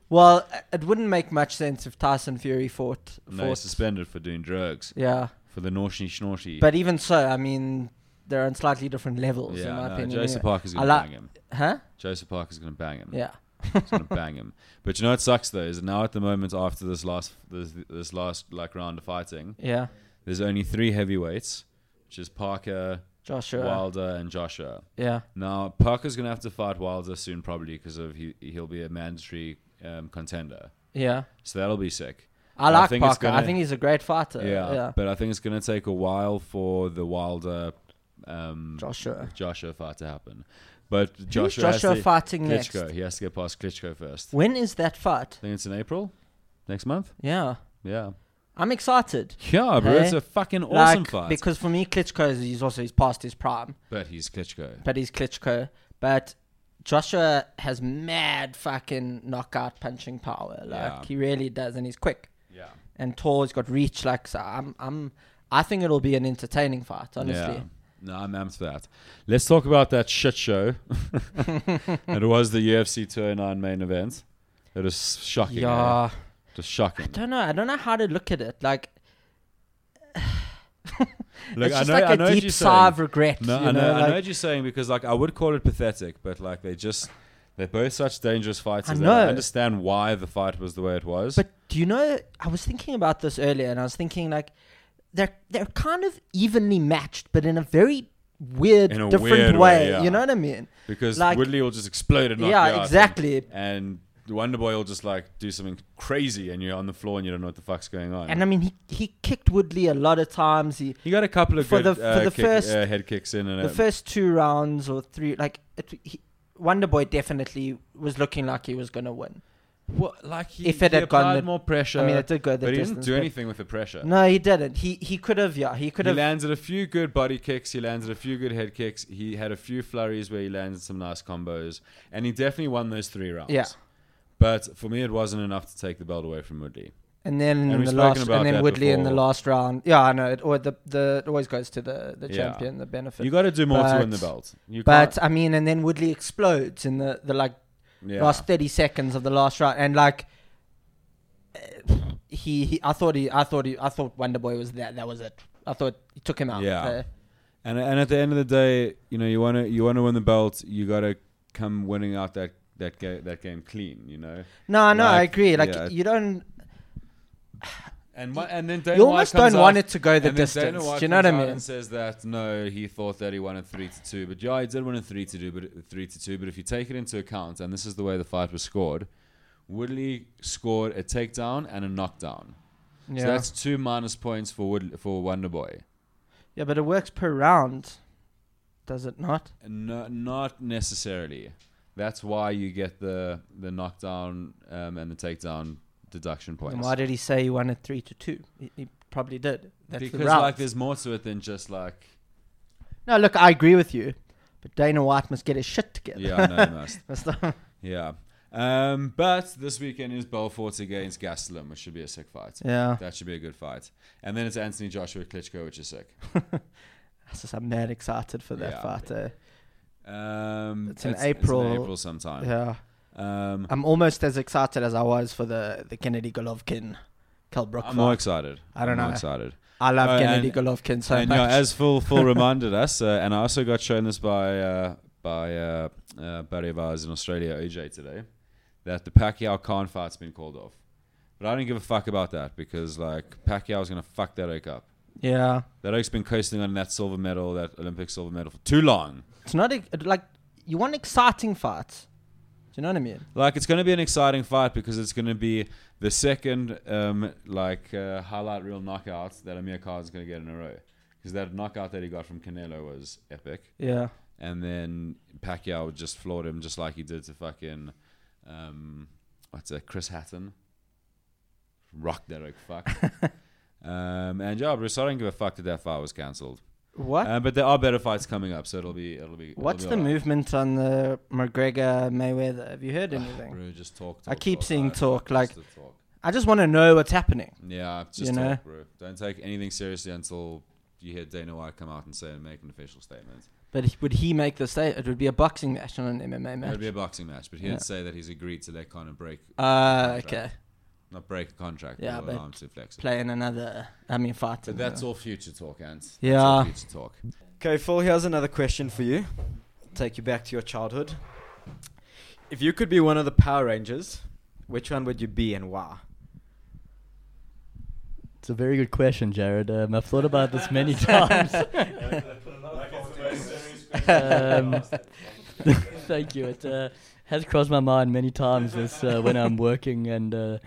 Speaker 4: Well, uh, it wouldn't make much sense if Tyson Fury fought.
Speaker 3: no, he's
Speaker 4: fought-
Speaker 3: suspended for doing drugs
Speaker 4: yeah,
Speaker 3: for the naughty snorty.
Speaker 4: but even so, I mean, they're on slightly different levels
Speaker 3: yeah,
Speaker 4: in my
Speaker 3: no,
Speaker 4: opinion.
Speaker 3: Joseph
Speaker 4: anyway.
Speaker 3: Parker's
Speaker 4: I
Speaker 3: going to
Speaker 4: like-
Speaker 3: bang him.
Speaker 4: Huh?
Speaker 3: Joseph Parker's going to bang him.
Speaker 4: Yeah.
Speaker 3: He's going to bang him. But you know what sucks though is now at the moment after this last this, this last like round of fighting,
Speaker 4: Yeah.
Speaker 3: there's only three heavyweights, which is Parker,
Speaker 4: Joshua.
Speaker 3: Wilder, and Joshua.
Speaker 4: Yeah.
Speaker 3: Now Parker's gonna have to fight Wilder soon, probably because of he he'll be a mandatory um, contender.
Speaker 4: Yeah. I
Speaker 3: So that'll be sick. I
Speaker 4: like
Speaker 3: think it's
Speaker 4: Parker. I
Speaker 3: gonna-
Speaker 4: think he's a great fighter.
Speaker 3: yeah,
Speaker 4: Yeah.
Speaker 3: but I think it's gonna take a while for the Wilder um,
Speaker 4: Joshua.
Speaker 3: Joshua fight to happen. But Joshua, has
Speaker 4: Joshua
Speaker 3: to-
Speaker 4: fighting next?
Speaker 3: Klitschko. He has to get past Klitschko first. I
Speaker 4: When is that fight?
Speaker 3: think it's in April, next month.
Speaker 4: Yeah.
Speaker 3: Yeah,
Speaker 4: I'm excited.
Speaker 3: yeah, bro,
Speaker 4: Hey,
Speaker 3: it's a fucking awesome
Speaker 4: like,
Speaker 3: fight.
Speaker 4: Because for me, Klitschko is he's also he's past his prime,
Speaker 3: but he's Klitschko.
Speaker 4: but he's Klitschko. But Joshua has mad fucking knockout punching power. Like
Speaker 3: Yeah.
Speaker 4: he really does, and he's quick
Speaker 3: Yeah,
Speaker 4: and tall. He's got reach. Like so I'm, I'm, I think it'll be an entertaining fight. Honestly,
Speaker 3: Yeah. No, I'm amped for that. Let's talk about that shit show. it was the UFC 209 main event. It is shocking. eh?
Speaker 4: yeah.
Speaker 3: Just
Speaker 4: I
Speaker 3: shocking.
Speaker 4: don't know. I don't know how to look at it. Like
Speaker 3: Look,
Speaker 4: it's just
Speaker 3: I know,
Speaker 4: like
Speaker 3: I
Speaker 4: a
Speaker 3: know what
Speaker 4: deep
Speaker 3: you're
Speaker 4: sigh
Speaker 3: saying.
Speaker 4: of regret.
Speaker 3: No,
Speaker 4: you
Speaker 3: I know, I know
Speaker 4: like-
Speaker 3: what you're saying because like I would call it pathetic, but like they just they're both such dangerous fighters. that
Speaker 4: know.
Speaker 3: I understand why the fight was the way it was.
Speaker 4: But do you know? I was thinking about this earlier, and I was thinking like they're they're kind of evenly matched, but in a very weird,
Speaker 3: In a
Speaker 4: different
Speaker 3: weird
Speaker 4: way.
Speaker 3: way, yeah.
Speaker 4: You know what I mean?
Speaker 3: because
Speaker 4: like-
Speaker 3: Woodley will just explode and knock
Speaker 4: Yeah,
Speaker 3: you out,
Speaker 4: exactly.
Speaker 3: And, and Wonderboy will just like do something crazy, and you're on the floor and you don't know what the fuck's going on.
Speaker 4: And I mean, he he kicked Woodley a lot of times. He
Speaker 3: He got a couple of
Speaker 4: For
Speaker 3: good
Speaker 4: the-
Speaker 3: uh,
Speaker 4: for the
Speaker 3: kick-
Speaker 4: first-
Speaker 3: uh, head kicks in, and
Speaker 4: the
Speaker 3: it-
Speaker 4: first two rounds or three, like it, he, Wonderboy definitely was looking like he was gonna win.
Speaker 3: what, like he,
Speaker 4: if it
Speaker 3: he
Speaker 4: had gone
Speaker 3: applied
Speaker 4: the-
Speaker 3: more pressure.
Speaker 4: I mean, it did go the
Speaker 3: but he didn't
Speaker 4: distance.
Speaker 3: do
Speaker 4: but-
Speaker 3: anything with the pressure.
Speaker 4: No, he didn't. He he could have. Yeah, he could
Speaker 3: he
Speaker 4: have.
Speaker 3: landed a few good body kicks. He landed a few good head kicks. He had a few flurries where he landed some nice combos, and he definitely won those three rounds.
Speaker 4: Yeah.
Speaker 3: But for me, it wasn't enough to take the belt away from Woodley.
Speaker 4: And then in
Speaker 3: we've
Speaker 4: the
Speaker 3: spoken
Speaker 4: last,
Speaker 3: about
Speaker 4: and then
Speaker 3: that
Speaker 4: Woodley in the
Speaker 3: before.
Speaker 4: last round. Yeah, I know. It, or the the it always goes to the the
Speaker 3: Yeah.
Speaker 4: champion, the benefit.
Speaker 3: You got to do more to win
Speaker 4: But-
Speaker 3: the belt. You
Speaker 4: But
Speaker 3: can't-
Speaker 4: I mean, and then Woodley explodes in the, the like
Speaker 3: yeah.
Speaker 4: last thirty seconds of the last round, and like uh, he, he, I thought he, I thought he, I thought Wonderboy was that. That was it. I thought he took him out.
Speaker 3: Yeah.
Speaker 4: Uh,
Speaker 3: And and at the end of the day, you know, you want to you want to win the belt. You got to come winning out that that ga- that game clean. You know.
Speaker 4: no, no, I
Speaker 3: Like,
Speaker 4: agree. Like
Speaker 3: yeah.
Speaker 4: you don't,
Speaker 3: And wha- and then Dana
Speaker 4: you
Speaker 3: White
Speaker 4: almost
Speaker 3: comes
Speaker 4: don't want
Speaker 3: out-
Speaker 4: it to go the
Speaker 3: and then Dana
Speaker 4: distance.
Speaker 3: White
Speaker 4: Do you know what I
Speaker 3: comes out
Speaker 4: mean?
Speaker 3: And says that no, he thought that he won in three to two, but yeah, he did win in three to two, but three to two. But if you take it into account, and this is the way the fight was scored, Woodley scored a takedown and a knockdown.
Speaker 4: Yeah,
Speaker 3: So that's two minus points for Wood for Wonderboy.
Speaker 4: yeah, but it works per round, does it not?
Speaker 3: No, not necessarily. That's why you get the the knockdown um, and the takedown deduction points.
Speaker 4: And why did he say he won it three to two? He, he probably did. That's
Speaker 3: because
Speaker 4: the round.
Speaker 3: like there's more to it than just like
Speaker 4: no, look, I agree with you, but Dana White must get his shit together.
Speaker 3: yeah, no, you must.
Speaker 4: Must-
Speaker 3: Yeah. Um, but this weekend is Belfort against Gastelum, which should be a sick fight.
Speaker 4: yeah.
Speaker 3: That should be a good fight. And then it's Anthony Joshua Klitschko, which is sick.
Speaker 4: That's just- I'm mad excited for that
Speaker 3: Yeah.
Speaker 4: fight. eh?
Speaker 3: Um,
Speaker 4: It's in
Speaker 3: It's
Speaker 4: April.
Speaker 3: in April sometime.
Speaker 4: Yeah,
Speaker 3: Um,
Speaker 4: I'm almost as excited as I was for the the Kennedy Golovkin, Kel Brook.
Speaker 3: I'm more
Speaker 4: fight.
Speaker 3: excited.
Speaker 4: I don't
Speaker 3: I'm more
Speaker 4: know.
Speaker 3: excited.
Speaker 4: I love
Speaker 3: Oh,
Speaker 4: Kennedy
Speaker 3: and-
Speaker 4: Golovkin so
Speaker 3: And
Speaker 4: much.
Speaker 3: yeah, as Phil Phil reminded us, uh, and I also got shown this by uh, by uh, uh, buddy of ours in Australia, OJ, today, that the Pacquiao Khan fight's been called off. But I don't give a fuck about that because like Pacquiao's gonna fuck that oak up.
Speaker 4: yeah,
Speaker 3: That oak's been coasting on that silver medal, that Olympic silver medal, for too long.
Speaker 4: it's not ex- like you want exciting fights. Do you know what I mean?
Speaker 3: Like it's going to be an exciting fight because it's going to be the second um, like uh, highlight reel knockout that Amir Khan is going to get in a row. Because that knockout that he got from Canelo was epic,
Speaker 4: Yeah,
Speaker 3: and then Pacquiao just floored him just like he did to fucking um, what's it, Chris Hatton. Rock that like fuck. um, and yeah, Bruce, I don't give a fuck that that fight was cancelled.
Speaker 4: What?
Speaker 3: Uh, but there are better fights coming up, so it'll be it'll be. it'll
Speaker 4: What's
Speaker 3: be
Speaker 4: the
Speaker 3: alright.
Speaker 4: movement on the McGregor Mayweather? Have you heard anything?
Speaker 3: Ah, Bro, just talk.
Speaker 4: I
Speaker 3: talk,
Speaker 4: keep
Speaker 3: talk.
Speaker 4: seeing
Speaker 3: fuck,
Speaker 4: talk,
Speaker 3: just
Speaker 4: like-
Speaker 3: the talk.
Speaker 4: I just want to know what's happening.
Speaker 3: Yeah, just
Speaker 4: You
Speaker 3: talk,
Speaker 4: know?
Speaker 3: bro. Don't take anything seriously until you hear Dana White come out and say and make an official statement.
Speaker 4: But he- would he make the state? It would be a boxing match, not an MMA
Speaker 3: It would be
Speaker 4: match.
Speaker 3: a boxing match, but he
Speaker 4: Yeah.
Speaker 3: did say that he's agreed to let Conor break,
Speaker 4: Uh,
Speaker 3: Contract.
Speaker 4: okay.
Speaker 3: not break a contract,
Speaker 4: Yeah,
Speaker 3: but
Speaker 4: but
Speaker 3: allow him to flex. it.
Speaker 4: Playing another, I mean, fight.
Speaker 3: But that's all future talk, Ants. That's
Speaker 4: Yeah.
Speaker 3: all future talk.
Speaker 5: Okay, Phil, here's another question for you. Take you back to your childhood. If you could be one of the Power Rangers, which one would you be and why?
Speaker 6: It's a very good question, Jared. Um, I've thought about this many times. um, thank you. It uh, has crossed my mind many times this uh, when I'm working, and uh,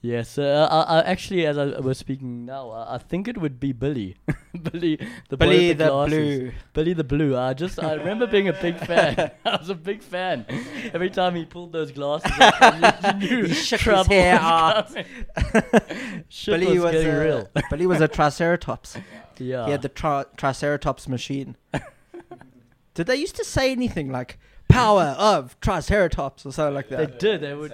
Speaker 6: yes, uh, I, I actually, as I was speaking now, I, I think it would be Billy, Billy, the boy
Speaker 4: Billy
Speaker 6: with the,
Speaker 4: the
Speaker 6: glasses.
Speaker 4: Blue.
Speaker 6: Billy the Blue. I just I remember being a big fan. I was a big fan. Every time he pulled those glasses, off, you, you knew
Speaker 4: He shook his
Speaker 6: trouble
Speaker 4: hair
Speaker 6: was
Speaker 4: out.
Speaker 6: coming. Shit was, getting
Speaker 4: a,
Speaker 6: real.
Speaker 4: uh, Billy was a triceratops.
Speaker 6: Yeah.
Speaker 4: He had the tri- triceratops machine. Did they used to say anything like "power of triceratops" or something like
Speaker 6: they
Speaker 4: that?
Speaker 6: did. They would.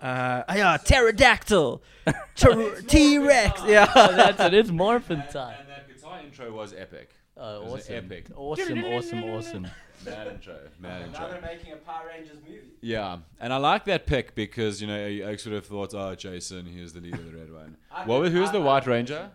Speaker 4: Uh, yeah, pterodactyl, T Rex. Yeah.
Speaker 6: Oh, that's it. It's morphin time.
Speaker 3: And that guitar intro was epic.
Speaker 6: Oh,
Speaker 3: was
Speaker 6: awesome.
Speaker 3: epic.
Speaker 6: Awesome, awesome, awesome.
Speaker 3: Mad intro. Mad intro.
Speaker 4: making a Power Rangers movie.
Speaker 3: Yeah, and I like that pick because you know I sort of thought, oh, Jason, he's the leader of the Red One. what was, who was the White Ranger?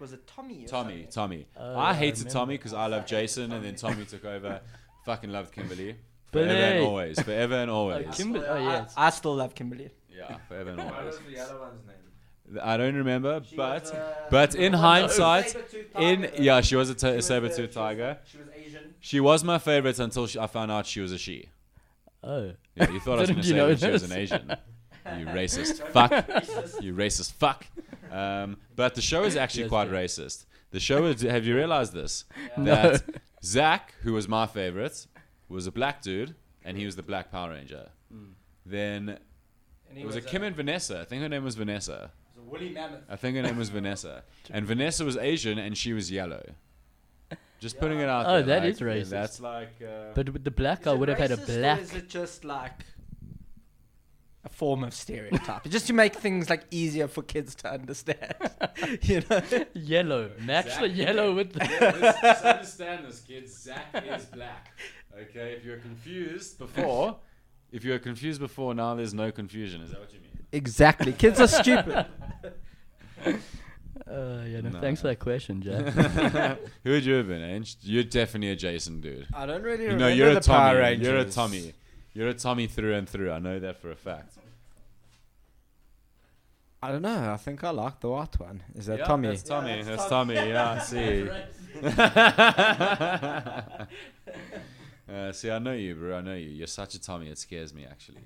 Speaker 4: Was it Tommy? or
Speaker 3: Tommy. Tommy.
Speaker 6: Oh,
Speaker 3: I
Speaker 6: I
Speaker 3: hated
Speaker 6: remember.
Speaker 3: Tommy because I loved Jason, and then Tommy took over. Fucking loved Kimberly. Forever
Speaker 6: Billy.
Speaker 3: and always. Forever and always.
Speaker 6: Kimber- oh,
Speaker 4: something?
Speaker 6: yes.
Speaker 4: I, I still love Kimberly.
Speaker 3: yeah, forever and always.
Speaker 7: the other one's name?
Speaker 3: I don't remember, but
Speaker 4: was, uh,
Speaker 3: but in hindsight,
Speaker 4: saber-toothed
Speaker 3: in
Speaker 4: tiger, though.
Speaker 3: yeah, she was a t- a
Speaker 4: was, uh, she
Speaker 3: saber-tooth
Speaker 4: was-
Speaker 3: tiger.
Speaker 4: She was Asian.
Speaker 3: She was my favorite until she, I found out she was a she.
Speaker 6: Oh.
Speaker 3: Yeah, you thought I was going
Speaker 6: Didn't
Speaker 3: to
Speaker 6: you
Speaker 3: say
Speaker 6: know
Speaker 3: that she was
Speaker 6: this?
Speaker 3: an Asian. You racist fuck. you racist fuck. Um, but the show is actually
Speaker 6: Yes,
Speaker 3: quite
Speaker 6: yeah.
Speaker 3: racist. The show is. Have you realized this? That Zach, who was my favorite, was a black dude, and he was the black Power Ranger.
Speaker 6: Hmm.
Speaker 3: Then
Speaker 4: And
Speaker 3: it was, a Kim and Vanessa. I think her name was Vanessa.
Speaker 4: was a woolly mammoth.
Speaker 3: I think her name was Vanessa. And Vanessa was Asian, and she was yellow. Just putting it out
Speaker 6: Oh,
Speaker 3: there.
Speaker 6: that
Speaker 3: like,
Speaker 6: is racist.
Speaker 3: That's like. Uh,
Speaker 6: But with the black guy would have had a black.
Speaker 4: Is it just like a form of stereotype, just to make things like easier for kids to understand? you know,
Speaker 6: Yellow. Match
Speaker 3: Zach-
Speaker 6: the yellow with the.
Speaker 3: Yeah, let's just understand this, kids. Zach is black. Okay, if you were confused before, if you were confused before, now there's no confusion. Is that what you mean?
Speaker 4: exactly. Kids are stupid.
Speaker 6: Uh, yeah, no,
Speaker 3: No.
Speaker 6: Thanks for that question, Jack.
Speaker 3: Who would you have been, Ange? You're definitely a Jason dude.
Speaker 5: I don't really
Speaker 3: You know, you're a Tommy. You're a Tommy. You're a Tommy through and through. I know that for a fact.
Speaker 5: I don't know. I think I like the white one. Is that
Speaker 3: Yeah,
Speaker 5: Tommy?
Speaker 3: That's Tommy. that's Tommy. Yeah, I see. uh, see, I know you, bro. I know you. You're such a Tommy. It scares me, actually.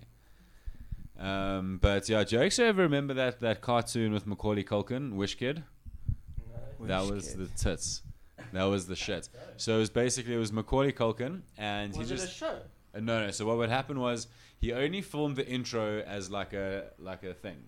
Speaker 3: Um, but yeah, do you actually ever remember that, that cartoon with Macaulay Culkin, Wish Kid? that
Speaker 5: Wish
Speaker 3: was
Speaker 5: Kid.
Speaker 3: the tits. That was the shit. So it was basically it was Macaulay Culkin, and he just
Speaker 4: show?
Speaker 3: uh, No, no. So what would happen was he only filmed the intro as like a like a thing,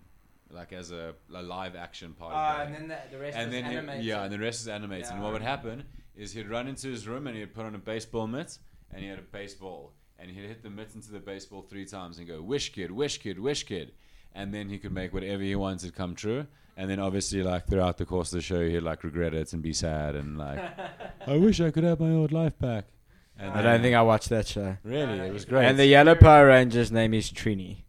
Speaker 3: like as a, a live action part. of the
Speaker 4: Uh, and
Speaker 3: thing.
Speaker 4: then the, the rest
Speaker 3: Ah,
Speaker 4: is
Speaker 3: And then he-
Speaker 4: animated.
Speaker 3: yeah, and the rest is animated.
Speaker 4: Yeah,
Speaker 3: and
Speaker 4: I
Speaker 3: what would
Speaker 4: remember.
Speaker 3: happen is he'd run into his room and he'd put on a baseball mitt and he had a baseball and he'd hit the mitt into the baseball three times and go wish kid, wish kid, wish kid, and then he could make whatever he wanted come true. And then obviously, like throughout the course of the show, he'd like regret it and be sad and like, I wish I could have my old life back. And
Speaker 5: I don't think I watched that show.
Speaker 3: really it was great.
Speaker 5: And the yellow Power Ranger's name is Trini.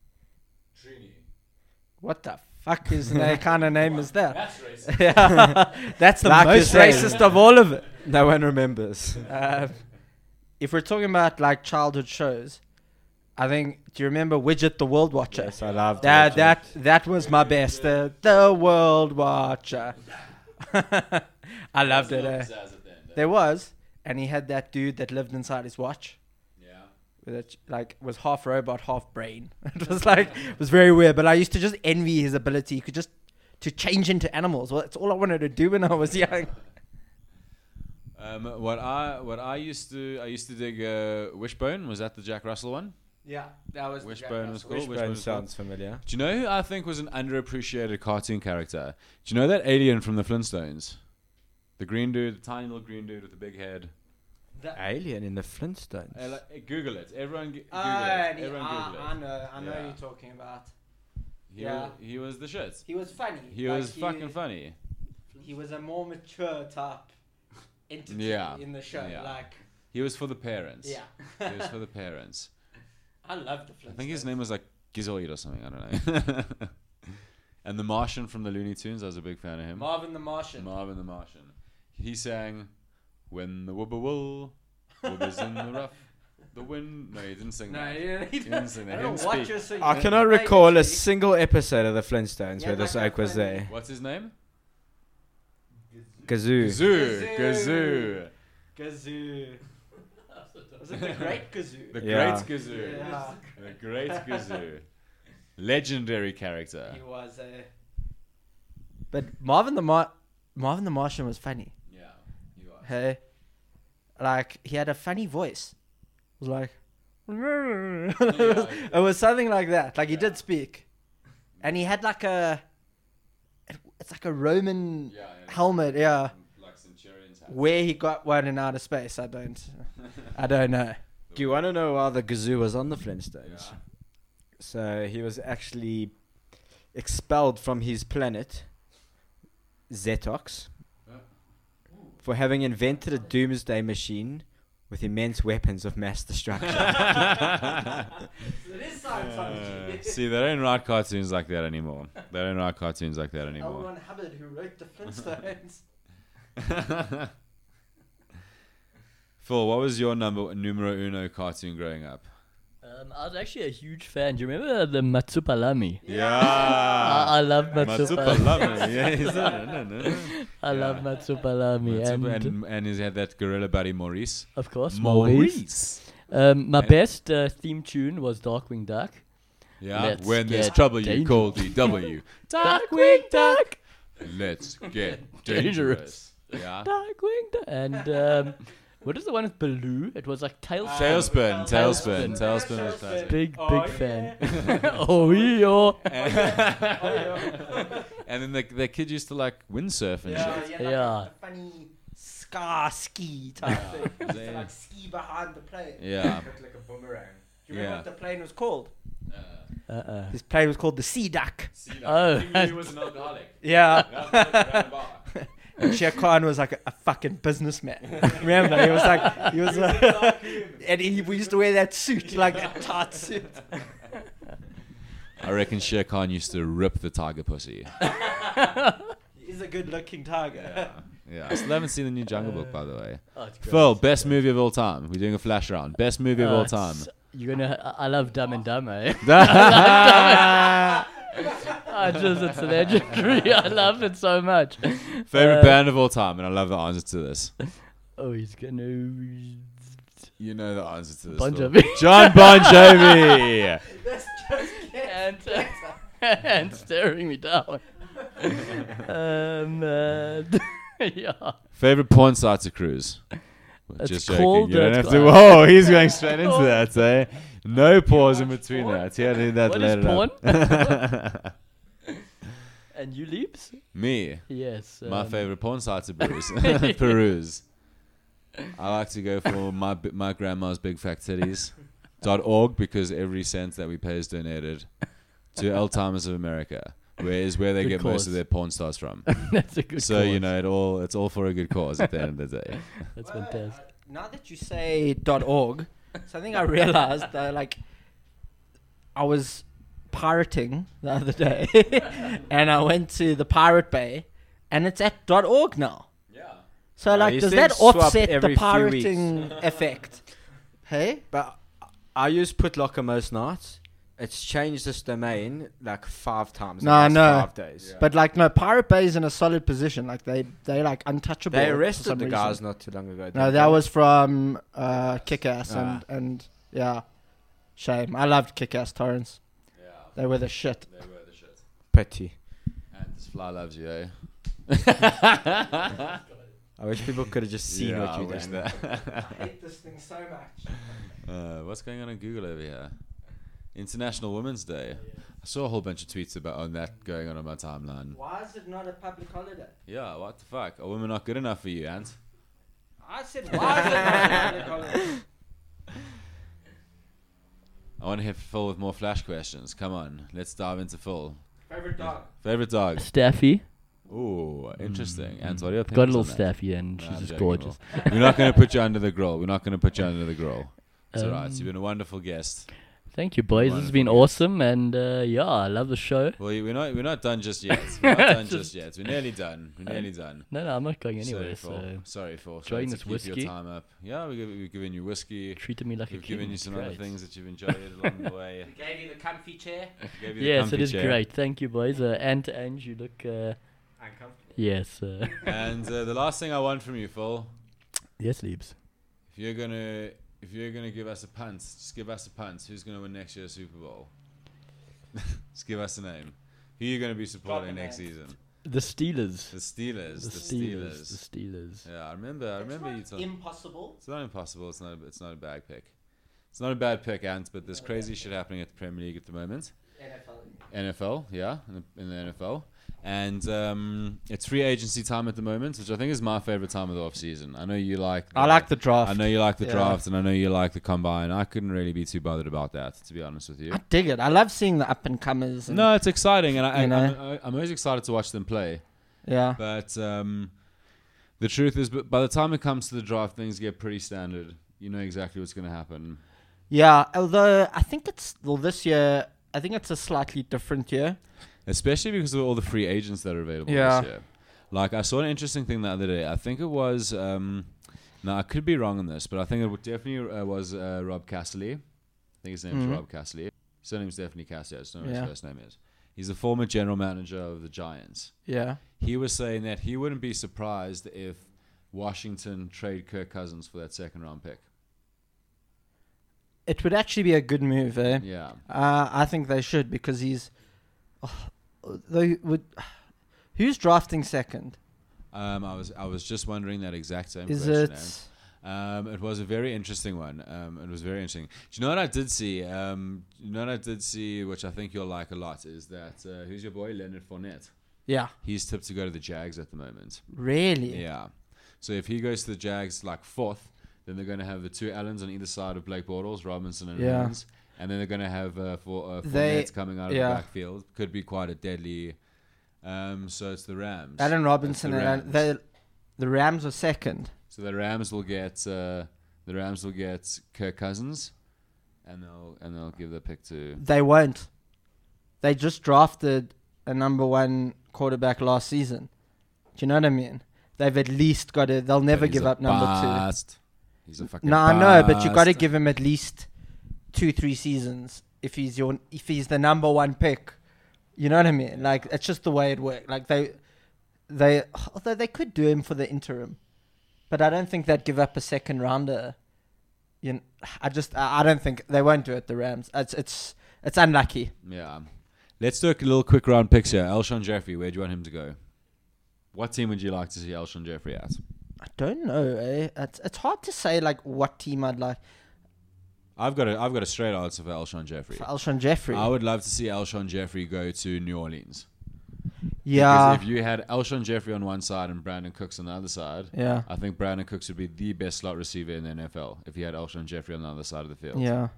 Speaker 4: What the fuck is the kind of name is that?
Speaker 3: That's racist.
Speaker 4: That's the
Speaker 5: Like you
Speaker 4: most
Speaker 5: say.
Speaker 4: racist of all of it.
Speaker 5: No one remembers.
Speaker 4: Um, if we're talking about like childhood shows, I think do you remember Widget the World Watcher?
Speaker 5: Yes, I loved
Speaker 4: that.
Speaker 5: Widget.
Speaker 4: That that was my best. The, the World Watcher. I loved it. eh? There was, and he had that dude that lived inside his watch.
Speaker 3: Yeah.
Speaker 4: with a ch- Like was half robot, half brain. It was like it was very weird. But I used to just envy his ability. He could just to change into animals. Well, that's all I wanted to do when I was young.
Speaker 3: Um, what I what I used to I used to dig uh, Wishbone was that the Jack Russell one.
Speaker 4: Yeah, that was the Jack
Speaker 3: Wishbone was
Speaker 4: Russell.
Speaker 3: cool. Wishbone
Speaker 5: Wishbone
Speaker 3: was cool.
Speaker 5: sounds familiar.
Speaker 3: Do you know who I think was an underappreciated cartoon character? Do you know that alien from the Flintstones? The green dude, the tiny little green dude with the big head.
Speaker 5: Alien in the Flintstones.
Speaker 3: Uh, like, uh, Google it. Everyone, g- Google
Speaker 4: Ah,
Speaker 3: it. Everyone
Speaker 4: I,
Speaker 3: Google it.
Speaker 4: I know, I know
Speaker 3: Yeah.
Speaker 4: you're talking about.
Speaker 3: He,
Speaker 4: Yeah.
Speaker 3: was, he was the shit.
Speaker 4: He was funny.
Speaker 3: He
Speaker 4: like,
Speaker 3: was fucking funny.
Speaker 4: He was a more mature type entity
Speaker 3: Yeah,
Speaker 4: in the show.
Speaker 3: yeah.
Speaker 4: Like,
Speaker 3: He was for the parents.
Speaker 4: yeah,
Speaker 3: he was for the parents.
Speaker 4: I love the Flintstones.
Speaker 3: I think his name was like Gizoid or something. I don't know. and the Martian from the Looney Tunes. I was a big fan of him.
Speaker 4: Marvin the Martian.
Speaker 3: Marvin the Martian. He sang, "When the wubba wool wubba's in the rough, the wind." No, he didn't sing
Speaker 4: no,
Speaker 3: that.
Speaker 4: he didn't. He
Speaker 3: He didn't
Speaker 4: didn't
Speaker 3: sing
Speaker 4: I
Speaker 3: that.
Speaker 4: don't know
Speaker 3: He didn't
Speaker 4: what
Speaker 3: speak.
Speaker 4: you're singing.
Speaker 5: I cannot
Speaker 4: Hey,
Speaker 5: recall a
Speaker 4: literally.
Speaker 5: single episode of the Flintstones
Speaker 4: Yeah,
Speaker 5: where this
Speaker 4: like
Speaker 5: oak was
Speaker 4: that funny-
Speaker 5: there.
Speaker 3: What's his name?
Speaker 5: Kazoo.
Speaker 3: Gazoo.
Speaker 4: Gazoo. Gazoo.
Speaker 3: Gazoo.
Speaker 4: Was it the Great Gazoo?
Speaker 3: The
Speaker 5: Yeah.
Speaker 3: great Gazoo.
Speaker 4: Yeah.
Speaker 3: The great Gazoo. Legendary character.
Speaker 4: He was a. But Marvin the Mar- Marvin the Martian was funny.
Speaker 3: Yeah. You are.
Speaker 4: Hey, like he had a funny voice. It was like, it, was, it was something like that. Like he did speak, and he had like a. it- It's like a Roman
Speaker 3: Yeah, yeah.
Speaker 4: helmet. Yeah.
Speaker 3: Like Centurion's hat.
Speaker 4: Where he got one in outer space, I don't, I don't know.
Speaker 5: Do you want to know why the Kazoo was on the Flintstones?
Speaker 3: Yeah.
Speaker 5: So he was actually expelled from his planet, Zetox,
Speaker 3: Huh?
Speaker 5: for having invented a doomsday machine with immense weapons of mass destruction.
Speaker 3: Uh, see, they don't write cartoons like that anymore. They don't write cartoons like that
Speaker 4: L.
Speaker 3: anymore.
Speaker 4: Ron Hubbard, who wrote the Flintstones.
Speaker 3: Phil, what was your number numero uno cartoon growing up?
Speaker 6: Um, I was actually a huge fan. Do you remember the Matsupalami?
Speaker 3: Yeah.
Speaker 6: I, I love
Speaker 3: Matsupa
Speaker 6: Matsupalami.
Speaker 3: Lama. Yeah, he's no, no, no, no.
Speaker 6: I love Matsupalami.
Speaker 3: Matsupa
Speaker 6: and,
Speaker 3: and, and he's had that gorilla buddy Maurice.
Speaker 6: of course, Maurice. Um, my best uh, theme tune was Darkwing Duck.
Speaker 3: Yeah.
Speaker 6: Let's
Speaker 3: when there's
Speaker 6: get
Speaker 3: trouble, you
Speaker 6: dangerous.
Speaker 3: call DW.
Speaker 6: Darkwing Duck!
Speaker 3: Let's get dangerous.
Speaker 6: Dangerous.
Speaker 3: Yeah.
Speaker 6: Darkwing Duck! And um, what is the one with Baloo? It was like Tails.
Speaker 3: Ah. Tailspin, tailspin,
Speaker 6: Tailspin.
Speaker 3: tailspin. was classic.
Speaker 6: Big, big fan. oh, yo.
Speaker 3: And then the, the kid used to like windsurf and
Speaker 4: Yeah,
Speaker 3: shit.
Speaker 4: yeah, like
Speaker 6: Yeah.
Speaker 4: a funny scar ski type thing. Just to,
Speaker 3: Yeah.
Speaker 4: like ski behind the plane.
Speaker 3: Yeah.
Speaker 7: like a boomerang.
Speaker 4: Do you remember
Speaker 3: Yeah.
Speaker 4: what the plane was called?
Speaker 6: Uh-uh.
Speaker 4: His plane was called the Sea Duck.
Speaker 6: Oh.
Speaker 3: Uh, He was an alcoholic.
Speaker 4: Yeah. Shere Khan was like a, a fucking businessman. remember, he was like, he was, like, and he, we used to wear that suit, like a tight suit.
Speaker 3: I reckon Shere Khan used to rip the tiger pussy.
Speaker 4: He's a good-looking tiger.
Speaker 3: Yeah. I still haven't seen the new Jungle Book, by the way.
Speaker 6: Oh, it's
Speaker 3: Phil,
Speaker 6: great.
Speaker 3: best movie of all time. We're doing a flash round. Best movie of
Speaker 6: Uh,
Speaker 3: all time.
Speaker 6: it's- You're gonna. I, I love Dumb and Dumber. Eh? I just, it's legendary. I love it so much.
Speaker 3: Favorite
Speaker 6: Uh,
Speaker 3: band of all time, and I love the answer to this.
Speaker 6: Oh, he's gonna.
Speaker 3: You know the answer to this.
Speaker 6: Bon
Speaker 3: Phil.
Speaker 6: Jovi.
Speaker 3: John Bon Jovi.
Speaker 6: and, and staring me down. um, uh, yeah.
Speaker 3: Favorite porn site to cruise?
Speaker 6: It's
Speaker 3: Just joking.
Speaker 6: called,
Speaker 3: You don't
Speaker 6: uh,
Speaker 3: have
Speaker 6: it's
Speaker 3: to. Oh, he's going straight into that, eh? No pause in between that. Yeah, do that
Speaker 6: What
Speaker 3: later.
Speaker 6: is
Speaker 3: on.
Speaker 6: porn? and you leaps?
Speaker 3: Me,
Speaker 6: Yes.
Speaker 3: my
Speaker 6: um,
Speaker 3: favorite porn site to peruse. peruse. I like to go for my bi- my grandma's big fat titties. dot org because every cent that we pay is donated to Alzheimer's of America, where is where they
Speaker 6: Good
Speaker 3: get most
Speaker 6: cause.
Speaker 3: of their porn stars from.
Speaker 6: That's a good.
Speaker 3: so you
Speaker 6: cause.
Speaker 3: know, it all it's all for a good cause at the end of the day.
Speaker 6: That's fantastic.
Speaker 4: now that you say .org, something I realized that like I was pirating the other day, and I went to the Pirate Bay, and it's at .org now. Yeah. So like,
Speaker 5: these
Speaker 4: does that
Speaker 5: things swap
Speaker 4: offset
Speaker 5: every
Speaker 4: the
Speaker 5: few
Speaker 4: pirating effect? Hey,
Speaker 5: but I use Putlocker most nights. It's changed this domain like five times in
Speaker 4: No, I
Speaker 5: the
Speaker 4: know.
Speaker 5: last five days.
Speaker 4: but like, no, Pirate Bay is in a solid position. Like they, they like untouchable.
Speaker 5: They
Speaker 4: for some
Speaker 5: arrested the
Speaker 4: reason.
Speaker 5: guys not too long ago.
Speaker 4: No,
Speaker 5: didn't
Speaker 4: that
Speaker 5: they?
Speaker 4: was from uh, Kick Ass,
Speaker 5: Ah.
Speaker 4: and, and yeah, shame. I loved Kick Ass Torrance. They were the shit.
Speaker 3: They were the shit.
Speaker 5: petty.
Speaker 3: And this fly loves you, eh?
Speaker 5: I wish people could have just seen
Speaker 3: Yeah,
Speaker 5: what
Speaker 3: I
Speaker 5: you
Speaker 3: wish
Speaker 5: done.
Speaker 3: that.
Speaker 4: I hate this thing so much.
Speaker 3: Uh, what's going on in Google over here? International Women's Day. I saw a whole bunch of tweets about on that going on on my timeline.
Speaker 4: Why is it not a public holiday?
Speaker 3: Yeah, what the fuck? Are women not good enough for you, Ant?
Speaker 4: I said, why is it not a public holiday?
Speaker 3: I want to hit Phil with more flash questions. Come on, let's dive into Phil.
Speaker 4: Favorite dog?
Speaker 3: Favorite dog?
Speaker 6: Staffy.
Speaker 3: Ooh, interesting. Ant, what are your
Speaker 6: Got a
Speaker 3: opinions
Speaker 6: little
Speaker 3: on that?
Speaker 6: Staffy and
Speaker 3: Nah,
Speaker 6: she's
Speaker 3: I'm
Speaker 6: just
Speaker 3: joking,
Speaker 6: gorgeous.
Speaker 3: Will. We're not going to put you under the grill. We're not going to put you under the grill. It's alright.
Speaker 6: Um,
Speaker 3: You've been a wonderful guest.
Speaker 6: Thank you, boys. This
Speaker 3: Wonderful,
Speaker 6: has been
Speaker 3: yeah.
Speaker 6: awesome, and uh, yeah, I love the show.
Speaker 3: Well, you- we're not we're not done just yet. We're not done just
Speaker 6: Just-
Speaker 3: yet. We're nearly done. We're nearly done.
Speaker 6: No, no, I'm not going
Speaker 3: sorry,
Speaker 6: anywhere.
Speaker 3: Phil.
Speaker 6: So
Speaker 3: sorry, Phil. Sorry
Speaker 6: enjoying
Speaker 3: to
Speaker 6: this
Speaker 3: keep
Speaker 6: whiskey.
Speaker 3: Your time up. Yeah, we're, giv- we're giving you whiskey.
Speaker 6: treated me like a
Speaker 3: We've
Speaker 6: king.
Speaker 3: given you some other
Speaker 6: Great.
Speaker 3: things that you've enjoyed along the way.
Speaker 7: gave you the comfy chair.
Speaker 3: Gave you the
Speaker 6: Yes,
Speaker 3: comfy
Speaker 6: it is
Speaker 3: chair.
Speaker 6: great. Thank you, boys. Uh, and and you look. Uh, yes. Uh,
Speaker 3: And uh, the last thing I want from you, Phil,
Speaker 6: yes, Leaps.
Speaker 3: if you're gonna if you're gonna give us a punt, just give us a punt. Who's gonna win next year's Super Bowl? just give us a name. Who are you gonna be supporting next season?
Speaker 6: The Steelers.
Speaker 3: The Steelers. The,
Speaker 6: The
Speaker 3: Steelers.
Speaker 6: Steelers. The Steelers.
Speaker 3: Yeah, I remember. I remember you telling.
Speaker 4: Impossible.
Speaker 3: It's not impossible. It's not. A, it's not a bad pick. It's not a bad pick, Ant. But there's crazy shit happening at the Premier League at the moment.
Speaker 4: NFL.
Speaker 3: NFL, yeah, in the, in the NFL. And um, it's free agency time at the moment, which I think is my favorite time of the off season. I know you like.
Speaker 4: I like the draft.
Speaker 3: I know you like the
Speaker 4: Yeah.
Speaker 3: draft, and I know you like the combine. I couldn't really be too bothered about that, to be honest with you.
Speaker 4: I dig it. I love seeing the up and comers. and-
Speaker 3: No, it's exciting, and I,
Speaker 4: You
Speaker 3: I,
Speaker 4: know?
Speaker 3: I'm, I- I'm always excited to watch them play.
Speaker 4: Yeah.
Speaker 3: But um, the truth is, b- by the time it comes to the draft, things get pretty standard. You know exactly what's going to happen.
Speaker 4: Yeah. Although I think it's well this year. I think it's a slightly different year.
Speaker 3: especially because of all the free agents that are available
Speaker 4: Yeah.
Speaker 3: this year. Like I saw an interesting thing the other day. I think it was. Um, now I could be wrong on this, but I think it wa- definitely uh, was uh, Rob Castley. I think his name's
Speaker 4: Mhm.
Speaker 3: Rob Castley. Surname's definitely Castley. I just don't know
Speaker 4: Yeah.
Speaker 3: what his first name is. He's the former general manager of the Giants.
Speaker 4: Yeah.
Speaker 3: He was saying that he wouldn't be surprised if Washington trade Kirk Cousins for that second round pick.
Speaker 4: It would actually be a good move, eh?
Speaker 3: Yeah.
Speaker 4: Uh, I think they should because he's. Oh, they would. Who's drafting second?
Speaker 3: Um, I was I was just wondering that exact same
Speaker 4: Is
Speaker 3: question.
Speaker 4: it?
Speaker 3: Ant. Um, it was a very interesting one. Um, it was very interesting. Do you know what I did see? Um, you know what I did see, which I think you'll like a lot, is that uh, who's your boy Leonard Fournette?
Speaker 4: Yeah.
Speaker 3: He's tipped to go to the Jags at the moment.
Speaker 4: Really.
Speaker 3: Yeah. So if he goes to the Jags like fourth, then they're going to have the two Allens on either side of Blake Bortles, Robinson and
Speaker 4: Yeah.
Speaker 3: Evans, and then they're going to have uh, for uh, Fournette
Speaker 4: They-
Speaker 3: coming out of
Speaker 4: yeah.
Speaker 3: the backfield. Could be quite a deadly. Um, so it's the Rams.
Speaker 4: Allen
Speaker 3: It's
Speaker 4: Robinson and
Speaker 3: Rams.
Speaker 4: they, the Rams are second.
Speaker 3: So the Rams will get uh, the Rams will get Kirk Cousins, and they'll and they'll give the pick to.
Speaker 4: They won't. They just drafted a number one quarterback last season. Do you know what I mean? They've at least got to. They'll never
Speaker 3: But he's
Speaker 4: give
Speaker 3: a
Speaker 4: up number
Speaker 3: bust. He's a
Speaker 4: two.
Speaker 3: fucking.
Speaker 4: No, I know, but you got to
Speaker 3: bust.
Speaker 4: give him at least two, three seasons if he's your if he's the number one pick. You know what I mean? Like it's just the way it worked. Like they, they although they could do him for the interim, but I don't think they'd give up a second rounder. You, kn- I just I I don't think they won't do it. The Rams. It's it's it's unlucky.
Speaker 3: Yeah. Let's do a little quick round picks here. Elshon Jeffrey, where do you want him to go? What team would you like to see Elshon Jeffrey at?
Speaker 4: I don't know. Eh? It's it's hard to say like what team I'd like
Speaker 3: I've got a I've got a straight answer for Elshon Jeffrey.
Speaker 4: for Alshon Jeffrey.
Speaker 3: I would love to see Elshon Jeffrey go to New Orleans.
Speaker 4: yeah,
Speaker 3: Because if you had Elshon Jeffrey on one side and Brandon Cooks on the other side,
Speaker 4: yeah,
Speaker 3: I think Brandon Cooks would be the best slot receiver in the NFL if he had Elshon Jeffrey on the other side of the field.
Speaker 4: yeah.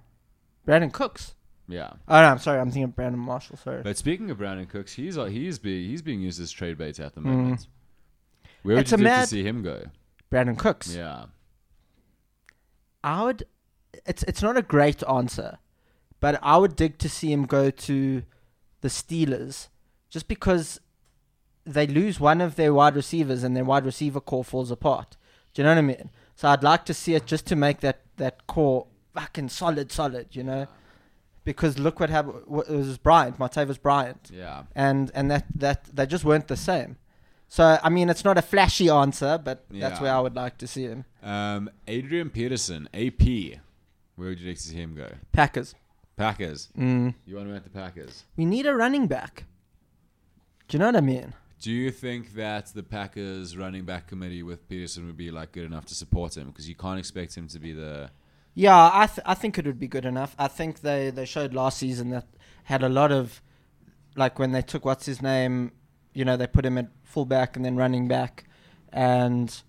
Speaker 4: Brandon Cooks.
Speaker 3: Yeah.
Speaker 4: Oh no, I'm sorry. I'm thinking of Brandon Marshall. Sorry.
Speaker 3: But speaking of Brandon Cooks, he's uh, he's be he's being used as trade bait at the
Speaker 4: Mm.
Speaker 3: moment. Where would
Speaker 4: It's
Speaker 3: you
Speaker 4: a
Speaker 3: think to
Speaker 4: mad-
Speaker 3: see him go?
Speaker 4: Brandon Cooks.
Speaker 3: Yeah.
Speaker 4: I would. It's it's not a great answer, but I would dig to see him go to the Steelers, just because they lose one of their wide receivers and their wide receiver core falls apart. Do you know what I mean? So I'd like to see it just to make that that core fucking solid, solid. You know, because look what happened. It was Bryant, Martavis Bryant,
Speaker 3: Yeah.
Speaker 4: and and that that they just weren't the same. So I mean, it's not a flashy answer, but that's
Speaker 3: Yeah.
Speaker 4: where I would like to see him.
Speaker 3: Um, Adrian Peterson, AP. Where would you like to see him go?
Speaker 4: Packers.
Speaker 3: Packers.
Speaker 4: Mm.
Speaker 3: You want him at the Packers?
Speaker 4: We need a running back. Do you know what I mean?
Speaker 3: Do you think that the Packers running back committee with Peterson would be like good enough to support him? Because you can't expect him to be the
Speaker 4: Yeah, I th- I think it would be good enough. I think they, they showed last season that had a lot of like when they took what's his name, you know, they put him at fullback and then running back, and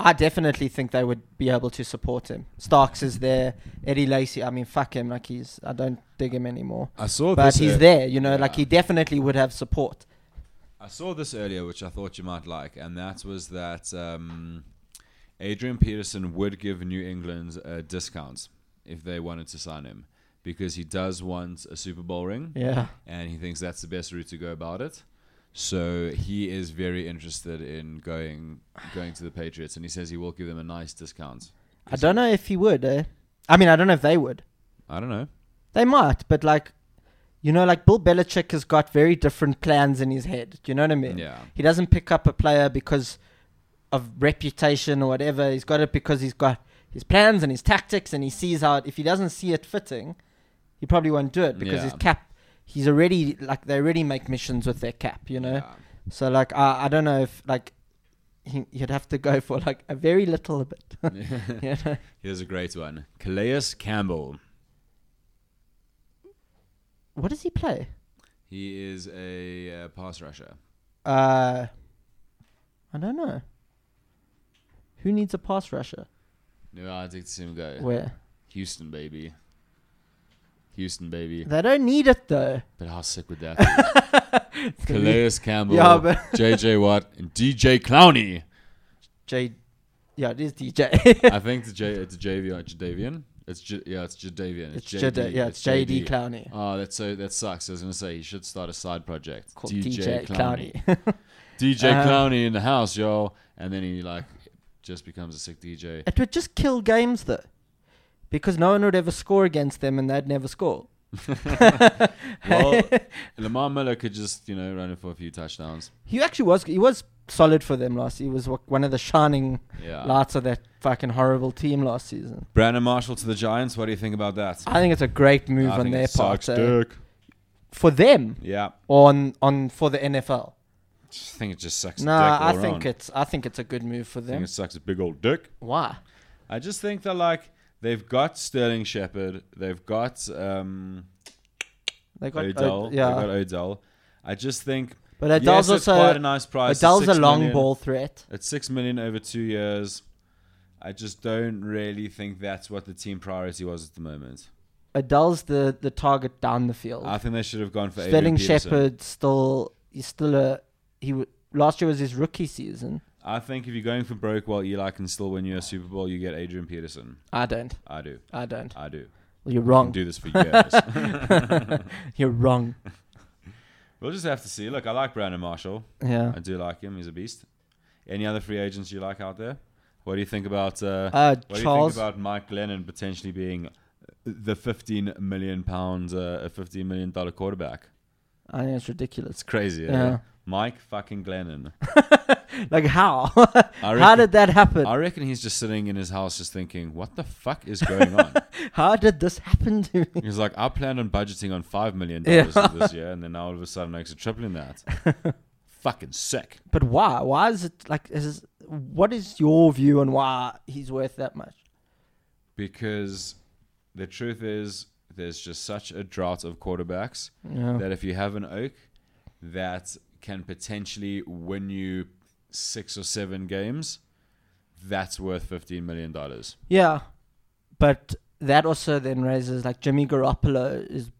Speaker 4: I definitely think they would be able to support him. Starks is there, Eddie Lacy. I mean, fuck him, like he's I don't dig him anymore,
Speaker 3: I saw
Speaker 4: but
Speaker 3: this uh,
Speaker 4: he's
Speaker 3: ear-
Speaker 4: there, you know, like
Speaker 3: Yeah.
Speaker 4: he definitely would have support.
Speaker 3: I saw this earlier, which I thought you might like, and that was that um, Adrian Peterson would give New England a discount if they wanted to sign him because he does want a Super Bowl ring.
Speaker 4: Yeah,
Speaker 3: and he thinks that's the best route to go about it. So he is very interested in going going to the Patriots, and he says he will give them a nice discount.
Speaker 4: I don't know if he would. Eh? I mean, I don't know if they would.
Speaker 3: I don't know.
Speaker 4: They might, but like, you know, like Bill Belichick has got very different plans in his head. Do you know what I mean?
Speaker 3: Yeah,
Speaker 4: He doesn't pick up a player because of reputation or whatever. He's got it because he's got his plans and his tactics, and he sees how. If he doesn't see it fitting, he probably won't do it because his
Speaker 3: Yeah.
Speaker 4: cap. He's already like they already make missions with their cap. You know.
Speaker 3: Yeah.
Speaker 4: So like I I don't know if like. he- You'd have to go for like a very little bit. you know?
Speaker 3: Here's a great one: Calais Campbell.
Speaker 4: What does he play?
Speaker 3: He is a uh, pass rusher.
Speaker 4: Uh, I don't know. Who needs a pass rusher?
Speaker 3: No, I'd like to see him go.
Speaker 4: Where
Speaker 3: Houston, baby. Houston, baby.
Speaker 4: they don't need it though.
Speaker 3: But how sick would that be? Calais Campbell,
Speaker 4: Yeah, but-
Speaker 3: JJ Watt, and DJ Clowney.
Speaker 4: J, yeah, it is DJ.
Speaker 3: I think the J, it's JV, Jadavian. It's J, yeah, it's Jadavian.
Speaker 4: it's
Speaker 3: It's,
Speaker 4: JD,
Speaker 3: JD,
Speaker 4: yeah, it's JD, Clowney
Speaker 3: Oh, that's so that sucks. I was gonna say he should start a side project
Speaker 4: called DJ, Clowney.
Speaker 3: DJ
Speaker 4: Uh-huh.
Speaker 3: Clowney in the house, y'all, and then he like just becomes a sick DJ.
Speaker 4: it would just kill games though, because no one would ever score against them, and they'd never score.
Speaker 3: Well, Lamar Miller could just you know run it for a few touchdowns.
Speaker 4: He actually was. He was solid for them last. He was wa- one of the shining
Speaker 3: Yeah.
Speaker 4: lights of that fucking horrible team last season.
Speaker 3: Brandon Marshall to the Giants. What do you think about that?
Speaker 4: I think it's a great move
Speaker 3: I
Speaker 4: on
Speaker 3: think
Speaker 4: their
Speaker 3: it
Speaker 4: part
Speaker 3: sucks
Speaker 4: eh?
Speaker 3: dick.
Speaker 4: for them
Speaker 3: Yeah,
Speaker 4: on on for the NFL.
Speaker 3: Just think it just sucks.
Speaker 4: No,
Speaker 3: dick all
Speaker 4: I think
Speaker 3: around.
Speaker 4: it's I think it's a good move for
Speaker 3: I think
Speaker 4: them.
Speaker 3: it sucks a big old dick.
Speaker 4: Why?
Speaker 3: I just think that like they've got Sterling Shepard, they've got um,
Speaker 4: They got
Speaker 3: Odell,
Speaker 4: Od- yeah,
Speaker 3: they've got Odell. I just think
Speaker 4: but Odell's
Speaker 3: yes, it's quite a
Speaker 4: also
Speaker 3: nice price. It's
Speaker 4: Odell's a
Speaker 3: six
Speaker 4: long
Speaker 3: million.
Speaker 4: ball threat.
Speaker 3: It's six million over two years. I just don't really think that's what the team priority was at the moment.
Speaker 4: Odell's the the target down the field.
Speaker 3: I think they should have gone for
Speaker 4: Sterling
Speaker 3: Adrian Peterson.
Speaker 4: Shepard still he's still a he. W- last year was his rookie season.
Speaker 3: I think if you're going for broke while Eli can still win you a Super Bowl, you get Adrian Peterson.
Speaker 4: I don't.
Speaker 3: I do.
Speaker 4: I don't.
Speaker 3: I do.
Speaker 4: Well, you're
Speaker 3: I can
Speaker 4: wrong.
Speaker 3: do this for years.
Speaker 4: You're wrong.
Speaker 3: we'll just have to see. Look, I like Brandon Marshall.
Speaker 4: Yeah.
Speaker 3: I do like him. He's a beast. Any other free agents you like out there? What do you think about uh,
Speaker 4: Uh,
Speaker 3: What
Speaker 4: Charles.
Speaker 3: do you think about Mike Glennon potentially being the 15 million pound, uh, 15 million dollar quarterback?
Speaker 4: I think it's
Speaker 3: It's
Speaker 4: ridiculous.
Speaker 3: crazy. eh?
Speaker 4: Yeah.
Speaker 3: Mike fucking Glennon.
Speaker 4: Like how?
Speaker 3: I
Speaker 4: how
Speaker 3: reckon,
Speaker 4: did that happen?
Speaker 3: I reckon he's just sitting in his house, just thinking, "What the fuck is going on?"
Speaker 4: How did this happen to me?
Speaker 3: he's like, "I planned on budgeting on five million
Speaker 4: Yeah.
Speaker 3: dollars this year, and then now all of a sudden, I'm tripling that." fucking sick.
Speaker 4: But why? Why is it like? Is what is your view on why he's worth that much?
Speaker 3: Because the truth is, there's just such a drought of quarterbacks.
Speaker 4: Yeah.
Speaker 3: that if you have an oak that can potentially win you six or seven games, that's worth fifteen million dollars.
Speaker 4: Yeah, but that also then raises like Jimmy Garoppolo is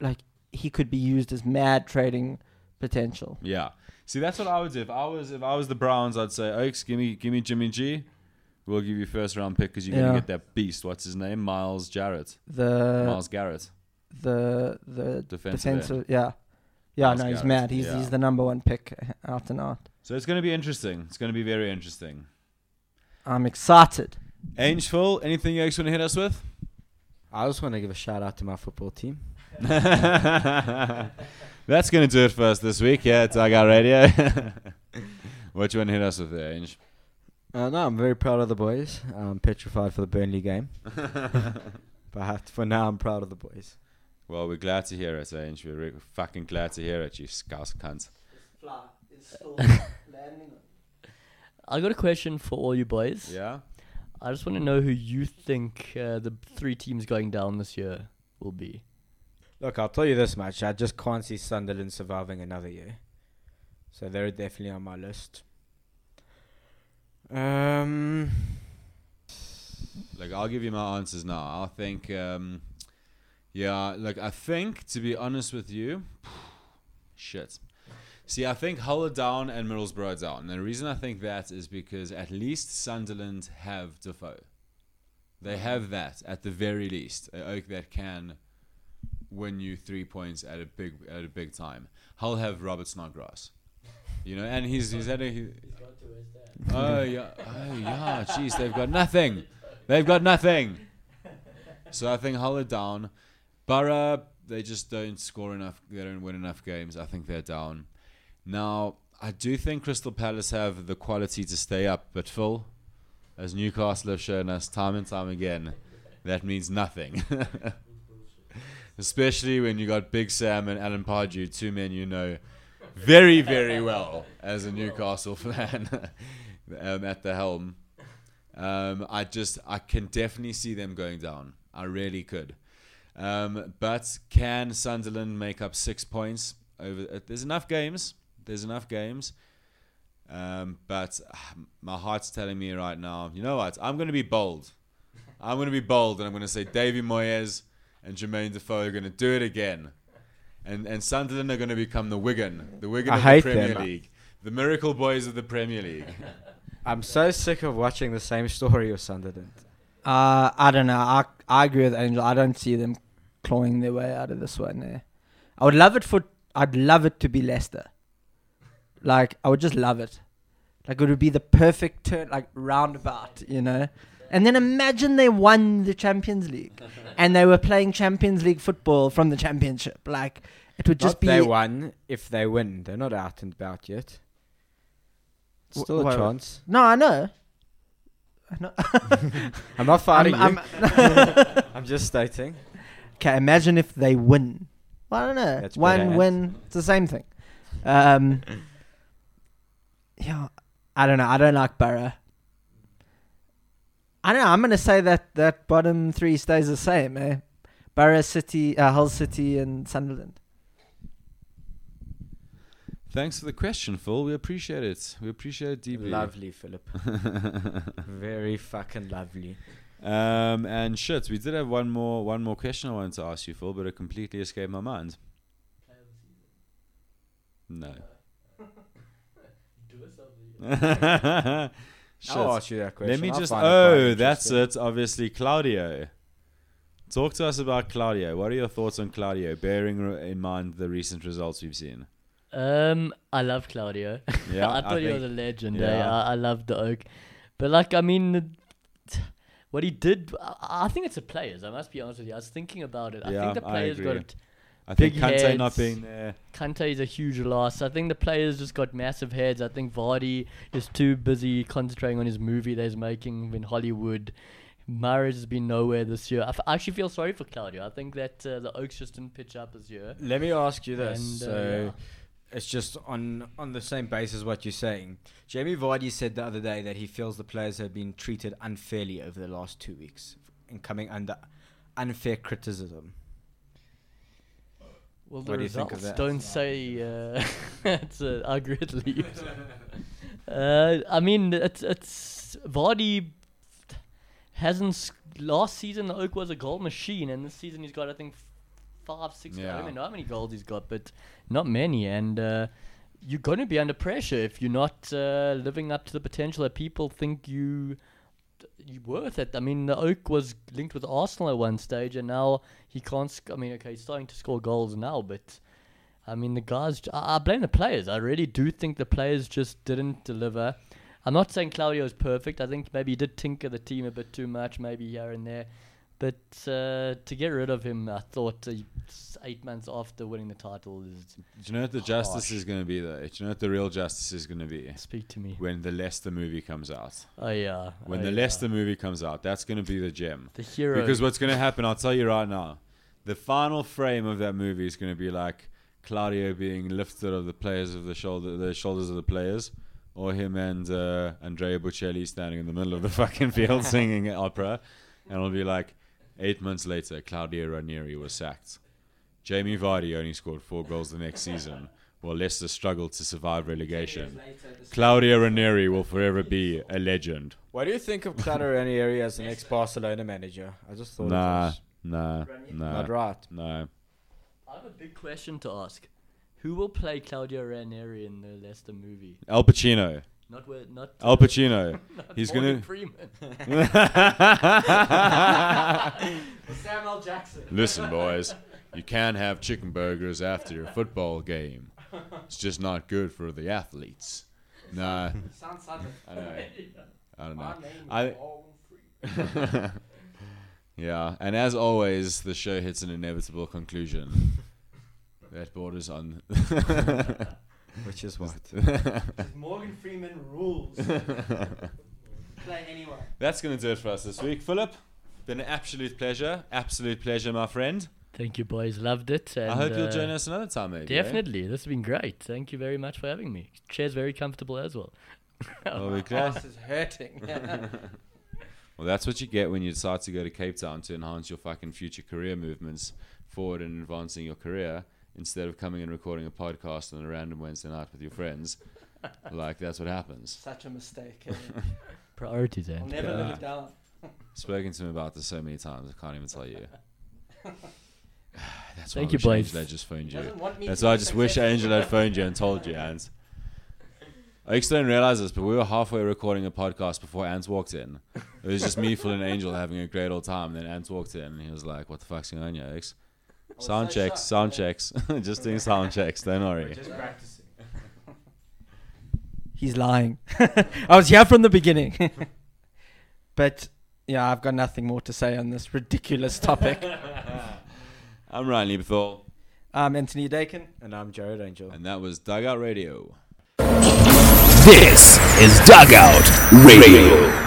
Speaker 4: like he could be used as mad trading potential.
Speaker 3: Yeah. See, that's what I would do if I was if I was the Browns. I'd say, Oaks, give me give me Jimmy G. We'll give you first round pick because you're
Speaker 4: Yeah.
Speaker 3: gonna get that beast. What's his name? Miles Jarrett.
Speaker 4: The
Speaker 3: Miles Garrett.
Speaker 4: the the
Speaker 3: Defensive
Speaker 4: defensive, yeah, yeah.
Speaker 3: Miles
Speaker 4: no, he's
Speaker 3: Garrett,
Speaker 4: mad. He's
Speaker 3: yeah.
Speaker 4: he's the number one pick out and out.
Speaker 3: So it's gonna be interesting. It's gonna be very interesting.
Speaker 4: I'm excited.
Speaker 3: Angeful, anything you guys want to hit us with?
Speaker 5: I just want to give a shout out to my football team.
Speaker 3: That's going to do it for us this week. Yeah, it's I Got Radio. what you want to hit us with there, Ange?
Speaker 5: Uh, no, I'm very proud of the boys. I'm petrified for the Burnley game, but I have to- for now, I'm proud of the boys.
Speaker 3: eh, well, we're glad to hear it, Ange. We're re- fucking glad to hear it, you scouse cunt.
Speaker 4: Fly is is still landing.
Speaker 6: I got a question for all you boys.
Speaker 3: Yeah.
Speaker 6: I just want to know who you think uh, the three teams going down this year will be.
Speaker 5: Look, I'll tell you this much. I just can't see Sunderland surviving another year. So they're definitely on my list. Um,
Speaker 3: Like I'll give you my answers now. I think, um, yeah, like I think to be honest with you, shit. See, I think Hull are down and Middlesbrough are down. And the reason I think that is because at least Sunderland have Defoe. They have that at the very least. A oak that can win you three points at a big at a big time. Hull have Robert Snodgrass. You know, and he's he's had a he, Oh yeah, oh yeah. Jeez, they've got nothing. They've got nothing. So I think Hull are down. Borough, they just don't score enough. They don't win enough games. I think they're down. Now I do think Crystal Palace have the quality to stay up, but Phil, as Newcastle have shown us time and time again, that means nothing. Especially when you got Big Sam and Alan Pardew, two men you know very, very well as a Newcastle fan um, at the helm. Um, I just, I can definitely see them going down. I really could. Um, but can Sunderland make up six points over? uh, There's enough games. There's enough games. Um, but ah, my heart's telling me right now, you know what? I'm going to be bold. I'm going to be bold and I'm going to say Davy Moyes and Jermaine Defoe are going to do it again. And, and Sunderland are going to become the Wigan, the Wigan
Speaker 5: I
Speaker 3: of
Speaker 5: hate
Speaker 3: the Premier
Speaker 5: them.
Speaker 3: League, the Miracle Boys of the Premier League.
Speaker 5: I'm so sick of watching the same story of Sunderland.
Speaker 4: Uh, I don't know. I I agree with Angel. I don't see them clawing their way out of this one. Eh? I would love it for. I'd love it to be Leicester. Like I would just love it. Like it would be the perfect turn, like roundabout, you know. And then imagine they won the Champions League, and they were playing Champions League football from the Championship. Like it would just
Speaker 5: Not they
Speaker 4: be
Speaker 5: won. If they win, they're not out and about yet.
Speaker 4: Wh-
Speaker 5: Still
Speaker 4: why-
Speaker 5: a chance.
Speaker 4: no, I know.
Speaker 5: I'm not fighting
Speaker 4: I'm-
Speaker 5: you. I'm, just stating.
Speaker 4: Okay, imagine if they win. Well, I don't know.
Speaker 5: That's
Speaker 4: One
Speaker 5: bad.
Speaker 4: win, it's the same thing. Um, yeah, I don't know. I don't like Borough. I don't know. I'm gonna say that that bottom three stays the same. Eh? Borough, City, uh, Hull City, and Sunderland.
Speaker 3: Thanks for the question, Phil. We appreciate it. We appreciate it deeply.
Speaker 5: Lovely, Philip. Very fucking lovely.
Speaker 3: Um, and shit, we did have one more one more question I wanted to ask you, Phil, but it completely escaped my mind. No. Shit.
Speaker 5: I'll ask you that question.
Speaker 3: Let me
Speaker 5: I'll
Speaker 3: just.
Speaker 5: find it quite
Speaker 3: Oh, that's
Speaker 5: interesting.
Speaker 3: it. Obviously, Claudio. Talk to us about Claudio. What are your thoughts on Claudio, bearing re- in mind the recent results we've seen?
Speaker 6: Um, I love Claudio.
Speaker 3: Yeah,
Speaker 6: I thought
Speaker 3: I
Speaker 6: he was a
Speaker 3: think-
Speaker 6: legend. eh?
Speaker 3: yeah.
Speaker 6: I, I love the oak, but like I mean, the- what he did, I, I think it's the players. I must be honest with you. I was thinking about it. I
Speaker 3: Yeah,
Speaker 6: think the
Speaker 3: I
Speaker 6: players
Speaker 3: agree.
Speaker 6: got
Speaker 3: I think
Speaker 6: Big
Speaker 3: Kante not
Speaker 6: heads.
Speaker 3: being there.
Speaker 6: Kante is a huge loss. I think the players just got massive heads. I think Vardy is too busy concentrating on his movie that he's making in Hollywood. Mahrez has been nowhere this year. I, f- I actually feel sorry for Claudio. I think that uh, the Oaks just didn't pitch up this year.
Speaker 5: Let me ask you this.
Speaker 6: And, uh,
Speaker 5: so it's just on on the same basis what you're saying. Jamie Vardy said the other day that he feels the players have been treated unfairly over the last two weeks and coming under unfair criticism.
Speaker 6: Well, the
Speaker 5: What do you think
Speaker 6: results
Speaker 5: of that?
Speaker 6: don't say uh, it's uh, I agree with Lee. uh, I mean, it's it's Vardy hasn't s- last season. The Oak was a goal machine, and this season he's got I think f- five, six. I
Speaker 3: Yeah.
Speaker 6: don't even know how many goals he's got, but not many. And uh, you're going to be under pressure if you're not uh, living up to the potential that people think you you worth it. I mean, the Oak was linked with Arsenal at one stage, and now he can't. Sc- I mean, okay, he's starting to score goals now, but I mean, the guys. I, I blame the players. I really do think the players just didn't deliver. I'm not saying Claudio is perfect. I think maybe he did tinker the team a bit too much, maybe here and there. But uh, to get rid of him, I thought uh, s- eight months after winning the title is
Speaker 3: Do you know what the justice
Speaker 6: Harsh.
Speaker 3: is going to be, though? Do you know what the real justice is going to be?
Speaker 6: speak to me.
Speaker 3: When the Leicester movie comes out.
Speaker 6: Oh yeah.
Speaker 3: When
Speaker 6: oh,
Speaker 3: the
Speaker 6: yeah.
Speaker 3: Leicester movie comes out, that's going to be the gem.
Speaker 6: the hero
Speaker 3: Because what's going to happen, I'll tell you right now, the final frame of that movie is going to be like Claudio being lifted of the players of the shoulder, the shoulders of the players, or him and uh, Andrea Bocelli standing in the middle of the fucking field singing opera, and it'll be like eight months later, Claudio Ranieri was sacked. Jamie Vardy only scored four goals the next season, while Leicester struggled to survive relegation. Claudio Ranieri will forever be a legend.
Speaker 5: What do you think of Claudio Ranieri as an ex-Barcelona manager? I just thought it
Speaker 3: Nah,
Speaker 5: was
Speaker 3: nah,
Speaker 5: not
Speaker 3: nah,
Speaker 5: right.
Speaker 3: no.
Speaker 6: I have a big question to ask. Who will play Claudio Ranieri in the Leicester movie?
Speaker 3: Al Pacino.
Speaker 6: Not where, not
Speaker 3: Al Pacino. He's
Speaker 6: Morgan
Speaker 3: gonna.
Speaker 6: Freeman.
Speaker 4: Samuel Jackson.
Speaker 3: Listen, boys, you can have chicken burgers after your football game. It's just not good for the athletes. Nah,
Speaker 4: Sounds
Speaker 3: I know. I don't know. I, yeah, and as always, the show hits an inevitable conclusion that borders on.
Speaker 5: Which is what?
Speaker 4: Morgan Freeman rules. Play anyone.
Speaker 3: That's going to do it for us this week. Philip, been an absolute pleasure. Absolute pleasure, my friend.
Speaker 6: Thank you, boys. Loved it. And,
Speaker 3: I hope you'll
Speaker 6: uh,
Speaker 3: join us another time, maybe. eh?
Speaker 6: Definitely. This has been great. Thank you very much for having me. Chair's very comfortable as well.
Speaker 3: Well, we glad-
Speaker 4: Ass is hurting.
Speaker 3: Well, that's what you get when you decide to go to Cape Town to enhance your fucking future career movements forward and advancing your career instead of coming and recording a podcast on a random Wednesday night with your friends. like, that's what happens.
Speaker 4: Such a mistake. eh?
Speaker 6: Priorities,
Speaker 4: I'll
Speaker 6: and
Speaker 4: never
Speaker 3: Yeah.
Speaker 4: live it down.
Speaker 3: Spoken to him about this so many times, I can't even tell you. that's why
Speaker 6: Thank
Speaker 3: I
Speaker 6: you,
Speaker 3: wish
Speaker 6: boys.
Speaker 3: Angela had just phoned
Speaker 4: He
Speaker 3: you.
Speaker 4: doesn't want me
Speaker 3: That's
Speaker 4: to
Speaker 3: why I
Speaker 4: be
Speaker 3: just wish
Speaker 4: successful.
Speaker 3: Angela had phoned you and told you, Ans. I actually didn't realize this, but we were halfway recording a podcast before Ans walked in. It was just me, Phil, and Angel having a great old time. Then Ans walked in, and he was like, "What the fuck's going on, here, X?
Speaker 4: was
Speaker 3: Sound
Speaker 4: so
Speaker 3: checks,
Speaker 4: shocked,
Speaker 3: sound
Speaker 4: yeah.
Speaker 3: checks, just doing sound checks. Don't worry."
Speaker 7: Just practicing.
Speaker 4: He's lying. I was here from the beginning. but yeah, I've got nothing more to say on this ridiculous topic.
Speaker 3: I'm Ryan Lieberthal,
Speaker 4: I'm Um, Anthony Dakin.
Speaker 5: And I'm Jared Angel.
Speaker 3: and that was Dugout Radio.
Speaker 1: This is Dugout Radio.